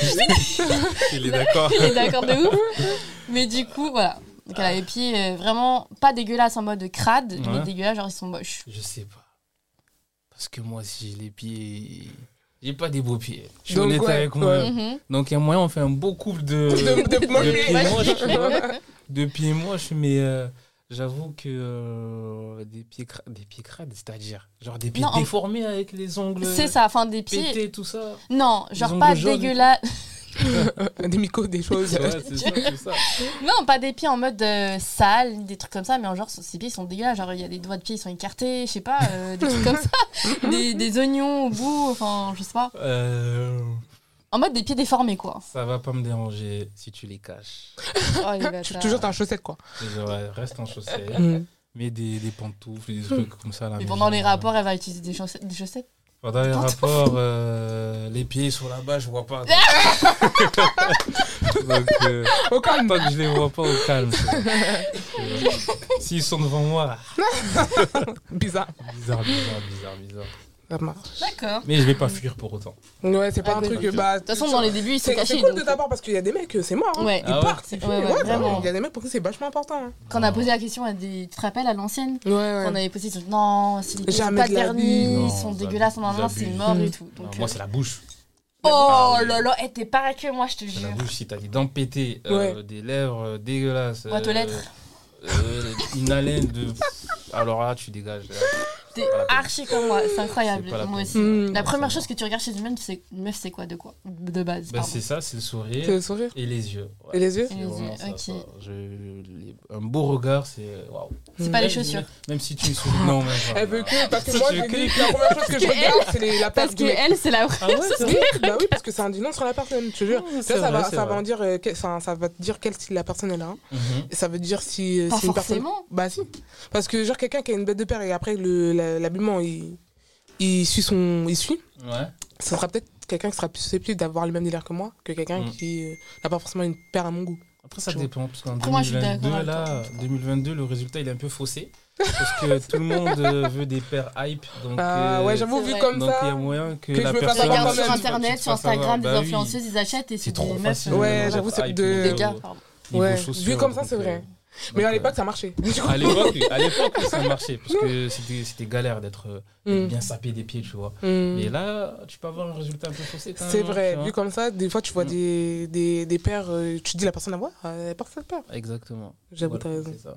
S2: Il est d'accord.
S3: il est d'accord de ouf. Mais du coup, voilà. Donc elle a les pieds euh, vraiment pas dégueulasses en mode crade, mais
S2: Ouais.
S3: dégueulasses, genre ils sont moches.
S2: Je sais pas. Parce que moi, si j'ai les pieds. J'ai pas des beaux pieds. Je suis
S1: Donc,
S2: honnête
S1: ouais,
S2: avec moi.
S1: ouais.
S3: Mhm.
S2: Donc, il y a moyen, on fait un beau couple *laughs* de,
S1: De- de-
S2: *laughs* de pieds
S3: moches.
S2: moches, tu vois. De pieds moches, mais euh, j'avoue que euh, des, pieds cra- des pieds crades, c'est-à-dire genre des pieds
S3: Non, en-
S2: déformés avec les ongles
S3: C'est ça, enfin des pieds.
S2: pétés, tout ça.
S3: Non, genre
S2: ongles
S3: pas
S2: jaunes et
S3: dégueulasse. *laughs*
S1: *laughs* des micos, des choses.
S2: Ouais, c'est ça, c'est ça.
S3: Non, pas des pieds en mode euh, sale, des trucs comme ça, mais en genre ces pieds ils sont dégueulasses. Genre il y a des doigts de pied, ils sont écartés, je sais pas, euh, des trucs comme
S2: *laughs*
S3: ça. Des, des oignons au bout, enfin je sais pas.
S2: Euh,
S3: En mode des pieds déformés quoi.
S2: ça va pas me déranger si tu les caches.
S3: *laughs* Oh, les
S1: Tu-
S3: bâtards.
S1: Toujours t'as un chaussette, quoi.
S2: Et genre, ouais, reste en chaussettes,
S1: Mm.
S2: mets des, des pantoufles, des trucs comme ça. à la
S3: Mais
S2: maison.
S3: pendant les rapports, elle va utiliser des chaussettes. Des chaussettes.
S2: Pendant les
S3: Pantoufles.
S2: rapports, euh, les pieds sont là-bas, je
S3: *laughs*
S2: vois pas. donc. Donc, euh,
S1: Au calme.
S2: tant que je les vois pas au calme.
S3: *laughs*
S2: c'est bon. S'ils sont devant moi,
S1: Bizarre.
S2: bizarre, bizarre, bizarre, bizarre.
S1: Ça marche.
S3: D'accord. De
S2: Mais je vais pas fuir pour autant.
S1: Ouais, c'est pas
S3: Ah,
S1: un
S3: mais-
S1: truc. Bah, de
S3: toute façon, dans les débuts, ils sont
S1: C'est c'est
S3: cachés.
S1: cool de
S3: donc- euh.
S1: ta part parce qu'il y a des mecs, c'est mort. hein.
S3: Ouais.
S1: Ils
S2: Ah ouais
S1: partent. c'est
S3: Ouais,
S1: fini.
S3: ouais,
S1: Ouais,
S3: vraiment.
S1: Il y a des mecs pour qui c'est vachement important. hein.
S3: Quand on a posé la question à des. Tu te rappelles à l'ancienne
S1: Ouais,
S3: On avait posé ils ont dit, non, si les pieds sont
S1: Jamais
S3: pas
S1: de la
S3: ternis,
S1: vie.
S2: Non,
S3: ils sont
S2: vous
S3: dégueulasses,
S2: abusez,
S3: normalement
S2: vous
S3: c'est
S2: abusez.
S3: mort et tout.
S2: Non,
S3: Donc,
S2: moi,
S3: euh,
S2: c'est la bouche.
S3: Oh
S2: Ah oui.
S3: là là, eh, t'es pas que moi, je te
S2: C'est
S3: jure.
S2: la bouche. Si t'as des dents pétées, euh, des lèvres euh, dégueulasses.
S3: Boîte aux
S2: euh,
S3: lettres.
S2: euh, une haleine de. Alors là, tu dégages. là.
S3: T'es
S2: pas la peine.
S3: archi comme moi, c'est incroyable.
S2: C'est pas la
S3: Moi
S2: peine.
S3: aussi.
S1: Mm.
S3: La
S2: Ouais,
S3: première
S2: c'est
S3: chose que tu regardes chez une meuf, c'est une meuf, c'est quoi de quoi De base,
S2: Bah,
S3: pardon.
S2: c'est ça, c'est le sourire
S1: C'est le sourire.
S2: et les yeux. Ouais.
S1: Et les yeux
S2: C'est
S3: Et les
S2: vraiment
S3: yeux,
S2: ça,
S3: ok.
S2: ça. Je- les- Un beau regard, c'est. euh, Waouh.
S3: C'est
S1: Mm.
S3: pas les
S2: Même-
S3: chaussures.
S2: Même si tu me souris. Non,
S1: *laughs*
S2: mais. euh,
S1: Elle veut que. Parce que
S2: Si
S1: moi,
S2: tu
S1: je
S2: veux
S1: dis que la première chose que je
S3: Parce que
S1: regarde, c'est les- la
S3: Parce
S1: perte
S3: que
S1: du mec.
S3: elle, c'est la
S1: *laughs*
S2: Ah ouais, c'est
S1: Oui, bah oui, parce que c'est indulgent sur la personne, je te
S3: Ah,
S1: jure.
S2: vrai.
S1: Ça, ça, va,
S2: c'est
S1: ça va
S2: vrai.
S1: en dire, euh, que- ça, ça va te dire quel style la personne elle a.
S2: Mhm.
S1: Et ça veut dire si euh,
S3: Pas
S1: c'est une personne.
S3: forcément.
S1: Bah si. Parce que genre quelqu'un qui a une bête de paire et après le- la- l'habillement il, il suit son. Il suit,
S2: Mhm, Ouais.
S1: ça sera peut-être quelqu'un qui sera plus susceptible d'avoir le même délire que moi que quelqu'un
S2: Mm.
S1: qui euh, n'a pas forcément une paire à mon goût.
S2: Après, ça
S1: Tu
S2: dépend, parce qu'en
S3: Pour moi, je suis
S2: 2022,
S3: d'accord avec
S2: là, 2022, le résultat, il est un peu faussé. Parce que tout le monde euh, veut des paires hype. Donc,
S1: Ah
S2: euh,
S1: ouais, j'avoue,
S3: C'est
S1: vu
S3: vrai.
S1: comme
S2: donc il y a
S1: ça.
S2: moyen que,
S1: que
S2: la
S1: je me fasse
S2: personne...
S1: avoir
S3: regardes
S1: quand
S3: sur
S1: même.
S3: Internet,
S2: Tu te
S3: sur
S2: fasses avoir,
S3: Instagram, des
S2: bah oui.
S3: influenceuses, ils achètent et
S2: C'est
S3: c'est
S2: trop
S3: des meufs.
S2: facile.
S3: euh,
S1: Ouais,
S2: euh,
S1: j'avoue, c'est
S2: hype,
S1: de-
S2: niveau-
S3: Des gars, pardon.
S2: niveau
S1: Ouais,
S2: chaussures,
S1: vu comme ça,
S2: donc,
S1: c'est vrai.
S2: euh,
S1: Mais à
S2: donc,
S1: l'époque, Mmh. ça *laughs* marchait.
S2: euh, à l'époque, à l'époque, ça marchait. Parce que c'était c'était galère d'être euh,
S1: Mm.
S2: bien sapé des pieds, tu vois.
S1: Mm.
S2: Mais là, tu peux avoir un résultat un peu faussé. quand
S1: C'est
S2: même, hein, tu
S1: vrai,
S2: vois.
S1: vu comme ça, des fois tu vois
S2: Mm.
S1: des, des, des paires, euh, tu te dis la personne à voir, elle porte cette paire.
S2: Exactement.
S1: J'avoue,
S2: Voilà,
S1: t'as raison.
S2: c'est ça.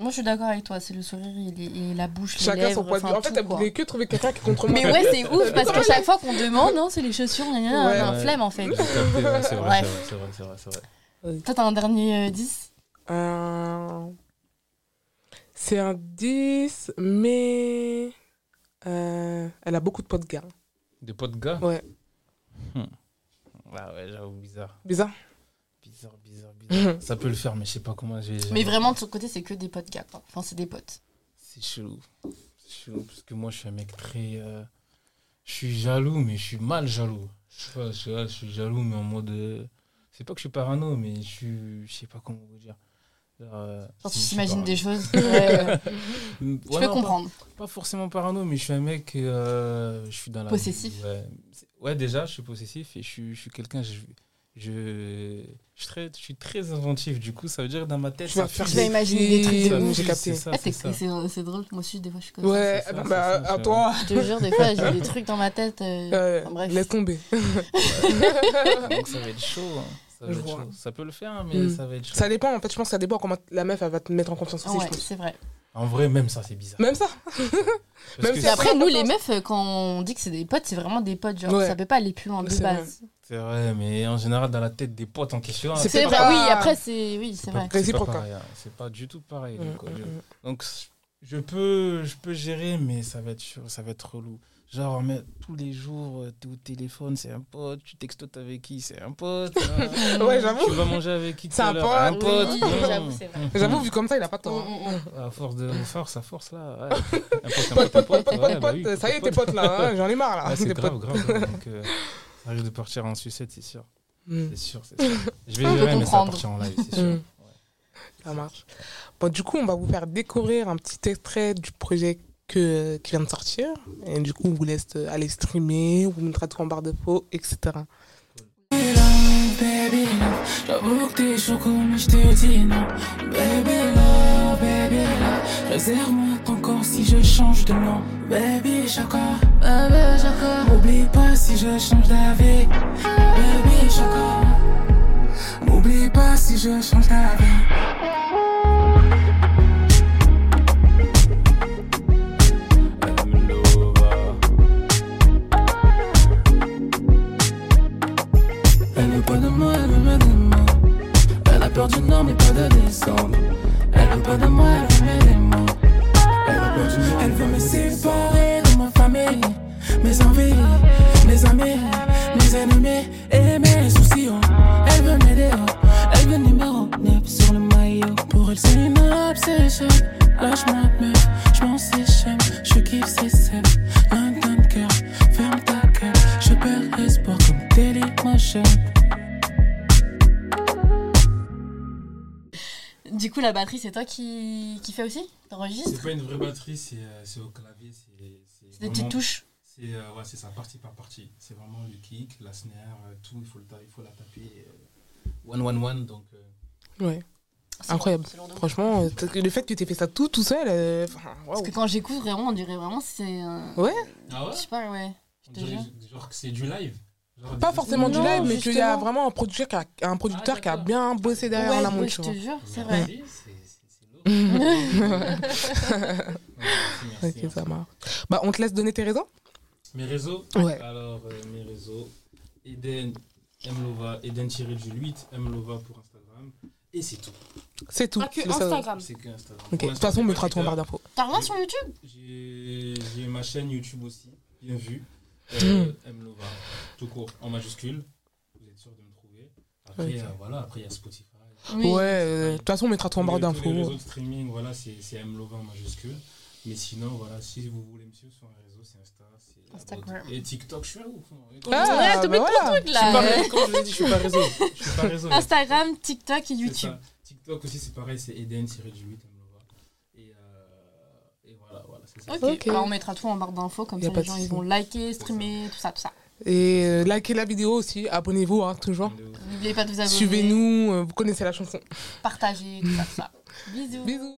S3: Moi, je suis d'accord avec toi. C'est le sourire il est- et la bouche, les
S1: Chacun
S3: lèvres,
S1: son point de vue.
S3: enfin,
S1: En fait,
S3: tout,
S1: elle
S3: quoi.
S1: voulait que trouver quelqu'un qui contrôle
S3: Mais ouais, c'est ouf parce qu'à chaque fois qu'on demande, non, c'est les chaussures, gna, gna, gna,
S1: Ouais.
S3: on a un
S2: Ouais.
S3: flemme en fait.
S2: J'ai capté, ouais, C'est vrai,
S3: Bref.
S2: c'est vrai, c'est vrai, c'est vrai.
S3: Toi, t'as un dernier euh, 10
S1: Euh, C'est un 10, mais euh, elle a beaucoup de potes gars.
S2: Des potes gars
S1: Ouais.
S2: Hmm. Ah ouais, j'avoue, bizarre. *laughs*
S1: Bizarre.
S2: Bizarre, bizarre, bizarre. ça peut le faire, mais je sais pas comment. j'ai- j'ai-
S3: Mais vraiment, de son côté, c'est que des potes gars. quoi. Enfin, c'est des potes.
S2: C'est chelou. C'est chelou, parce que moi, je suis un mec très. euh, Je suis jaloux, mais je suis mal jaloux. Je sais pas, je suis, ah, je suis jaloux, mais en mode. euh, C'est pas que je suis parano, mais je suis. Je sais pas comment vous dire. Genre, euh,
S3: Genre, tu
S2: si, je suis
S3: t'imagines
S2: parano.
S3: des
S1: *laughs*
S3: choses. Ouais, ouais.
S2: Mm,
S3: Je
S2: ouais,
S3: peux
S2: non,
S3: comprendre.
S2: Pas, pas forcément parano, mais je suis un mec. euh, je suis dans la.
S3: Possessif.
S2: Ouais, C'est- ouais, déjà, je suis possessif et je suis, je suis quelqu'un. Je, je, je, suis très, je suis très inventif, du coup, ça veut dire dans ma tête.
S1: Tu
S2: ça
S1: vas faire
S2: fuse.
S3: Tu vas imaginer des trucs de
S2: Ça
S1: films,
S3: ouf.
S1: J'ai
S2: fuse,
S1: capté.
S2: c'est ça,
S3: Ah,
S2: c'est
S3: c'est
S2: ça.
S3: c'est- c'est drôle. Moi aussi, des fois, je suis comme ça.
S1: Ouais,
S2: c'est ça,
S1: bah,
S2: c'est
S1: bah,
S2: ça,
S1: à
S2: c'est
S1: toi.
S3: Je te jure, des fois,
S1: *laughs*
S3: j'ai des trucs dans ma tête. euh,
S1: Euh,
S3: enfin, bref.
S1: laisse tomber.
S2: Donc ça va être chaud. hein. Ça, va
S1: Je
S2: être
S1: vois.
S2: chaud. ça peut le faire, hein, mais
S1: Mm.
S2: ça va être chaud.
S1: Ça dépend, en fait, je pense que ça dépend comment la meuf elle va te mettre en confiance aussi. je
S3: Ah Ouais,
S1: pense.
S3: c'est vrai.
S2: En vrai, même ça, c'est bizarre.
S1: Même ça.
S2: Parce
S1: même
S2: que
S1: si-
S3: Et
S2: c'est-
S3: après, nous, les meufs, euh, quand on dit que c'est des potes, c'est vraiment des potes. Genre,
S1: Ouais.
S3: ça peut pas aller plus loin de
S1: C'est
S3: base.
S2: c'est vrai, mais en général, dans la tête des potes en question,
S1: C'est
S2: c'est
S3: C'est
S1: pas-
S3: vrai, oui, après, c'est. Oui, c'est
S2: pas-
S3: vrai.
S2: c'est pas
S1: Réciproque, hein.
S2: pareil, hein. C'est pas du tout pareil.
S1: Mm,
S2: quoi.
S1: mm,
S2: Je-
S1: mm.
S2: Donc, je peux, je peux gérer, mais ça va être chaud, ça va être relou. Genre, mais tous les jours, euh, t'es au téléphone, c'est un pote. Tu textotes avec qui, c'est un pote. hein.
S1: Ouais,
S2: *laughs*
S1: j'avoue.
S2: tu vas manger avec qui tout
S1: C'est
S2: à
S1: un
S2: l'heure,
S1: pote.
S3: Oui,
S2: non.
S3: j'avoue, c'est vrai.
S1: J'avoue, vu comme ça, il a pas
S3: Mm,
S1: tort. hein.
S3: mm, mm.
S2: À force de force, à force là. ouais. Un pote, un pote, un pote. ouais, bah oui,
S1: Pote, ça y est,
S2: pote,
S1: tes
S2: pote.
S1: potes là, hein, j'en ai marre là.
S2: Ah, c'est
S1: Tes potes.
S2: grave, grave. grave. Donc, euh, ça risque de partir en sucette, c'est sûr.
S1: Mm.
S2: C'est sûr, c'est sûr. Je vais
S3: On peut
S2: gérer, mais ça va
S3: comprendre.
S2: partir en live, c'est
S1: Mm.
S2: sûr. Ouais.
S1: Ça marche. Bon, du coup, on va vous faire découvrir un petit extrait du projet que, qui vient de sortir. Et du coup, on vous laisse euh, aller streamer, on vous mettra tout en barre de peau, etc.
S5: love, baby love. J'avoue que t'es chaud comme je te dis non. Baby love, baby love. Réserve-moi ton corps si je change de nom. Baby Chaka, baby Chaka. M'oublie pas si je change d'avis. Baby Chaka. M'oublie pas si je change d'avis. Elle veut pas de moi, elle veut me démons. Elle a peur du nord mais pas de descendre. Elle veut pas de moi, elle veut mes démons. Elle a peur du nord, elle veut me séparer de ma famille, mes envies, mes amis, mes ennemis et mes soucis. oh. Elle veut m'aider, oh. elle veut numéro 9 sur le maillot. Pour elle, c'est une obsession. Lâche-moi, meuf, je m'en séchame. Je kiffe ses selles, London cœur, ferme ta gueule. Je perds espoir comme Dailymotion.
S3: mm. Du coup, la batterie, c'est toi qui, qui fais aussi T'enregistres
S2: C'est pas une vraie batterie, c'est euh, c'est au clavier. c'est-
S3: C'est
S2: C'est
S3: des
S2: vraiment-
S3: petites touches.
S2: C'est euh, ouais, c'est ça, partie par partie. C'est vraiment le kick, la snare, euh, tout. Il faut, le ta- il faut la taper. euh, one, one, one. Donc, euh,
S1: Ouais.
S3: C'est
S1: Incroyable.
S3: lourd, c'est lourd de ouf.
S1: Franchement, euh, t- le fait que tu aies fait ça tout, tout seul, euh, enfin,
S3: Parce
S1: waouh.
S3: que quand j'écoute, vraiment, on dirait vraiment que c'est. un-
S1: Ouais.
S2: Ah ouais
S3: Je sais pas, ouais.
S2: On
S3: te
S2: dirait
S3: jure.
S2: genre que c'est du live. Genre
S1: Pas
S2: des-
S1: forcément du
S3: Non,
S1: live, mais qu'il y a
S3: justement. Ah,
S1: vraiment un producteur qui a, un producteur qui a
S2: d'accord.
S1: bien bossé derrière
S3: ouais,
S1: la
S3: ouais, je
S1: monture.
S3: te jure, c'est
S2: Merci,
S3: vrai.
S2: c'est- c'est- c'est lourd. *laughs* Merci, merci,
S1: Ok,
S2: merci.
S1: ça marche. Bah, on te laisse donner tes raisons
S2: Mes réseaux
S1: Ouais.
S2: Alors, euh, mes réseaux, Eden, Mlova, Eden tiré du 8, Mlova pour Instagram. Et c'est tout.
S1: C'est tout.
S4: Ah, que
S1: C'est ça.
S4: Instagram.
S2: C'est que Instagram.
S1: Ok,
S2: Pour
S1: de toute façon,
S2: l'instant,
S1: on
S2: j'ai
S1: mettra
S2: pas
S1: tout en barre
S2: Twitter.
S1: d'infos.
S3: T'as rien sur YouTube
S2: J'ai j'ai ma chaîne YouTube aussi, bien vue.
S1: Hmm.
S2: Euh, Mlova, tout court, en majuscule. Vous êtes sûr de me trouver. Après,
S1: Ok.
S2: euh, voilà, après il y a Spotify.
S1: Ouais, euh, de toute façon, on mettra tout en barre
S2: Tous les- tous Les
S1: d'infos.
S2: réseaux de streaming, voilà, c'est c'est Mlova en majuscule. Mais sinon, voilà, si vous voulez me suivre sur les réseaux, c'est Insta, c'est
S3: Instagram.
S2: Et TikTok, je suis à ouf. hein.
S1: Ah,
S3: Ouais, t'oublies
S1: bah
S3: ton
S1: voilà.
S3: truc, *laughs*
S2: Je suis pas
S3: là.
S2: ré- Comme je vous ai dit, je suis pas réseau. Je suis pas réseau.
S3: Instagram, TikTok et
S2: C'est
S3: YouTube.
S2: ça. TikTok aussi, c'est pareil, c'est Eden, tiré du 8, Et, euh, et voilà, voilà, c'est ça.
S3: Ok,
S1: Ok.
S3: Bah, on mettra tout en barre d'infos, comme
S1: Y a
S3: ça
S1: pas
S3: les
S1: de
S3: gens
S1: souci.
S3: ils vont liker, streamer, tout ça, tout ça.
S1: Et euh, likez la vidéo aussi, abonnez-vous, hein, toujours.
S2: De ouf.
S3: N'oubliez pas de vous abonner.
S1: Suivez-nous, euh, vous connaissez la chanson. *laughs*
S3: Partagez, tout ça, tout ça. Bisous.
S1: Bisous.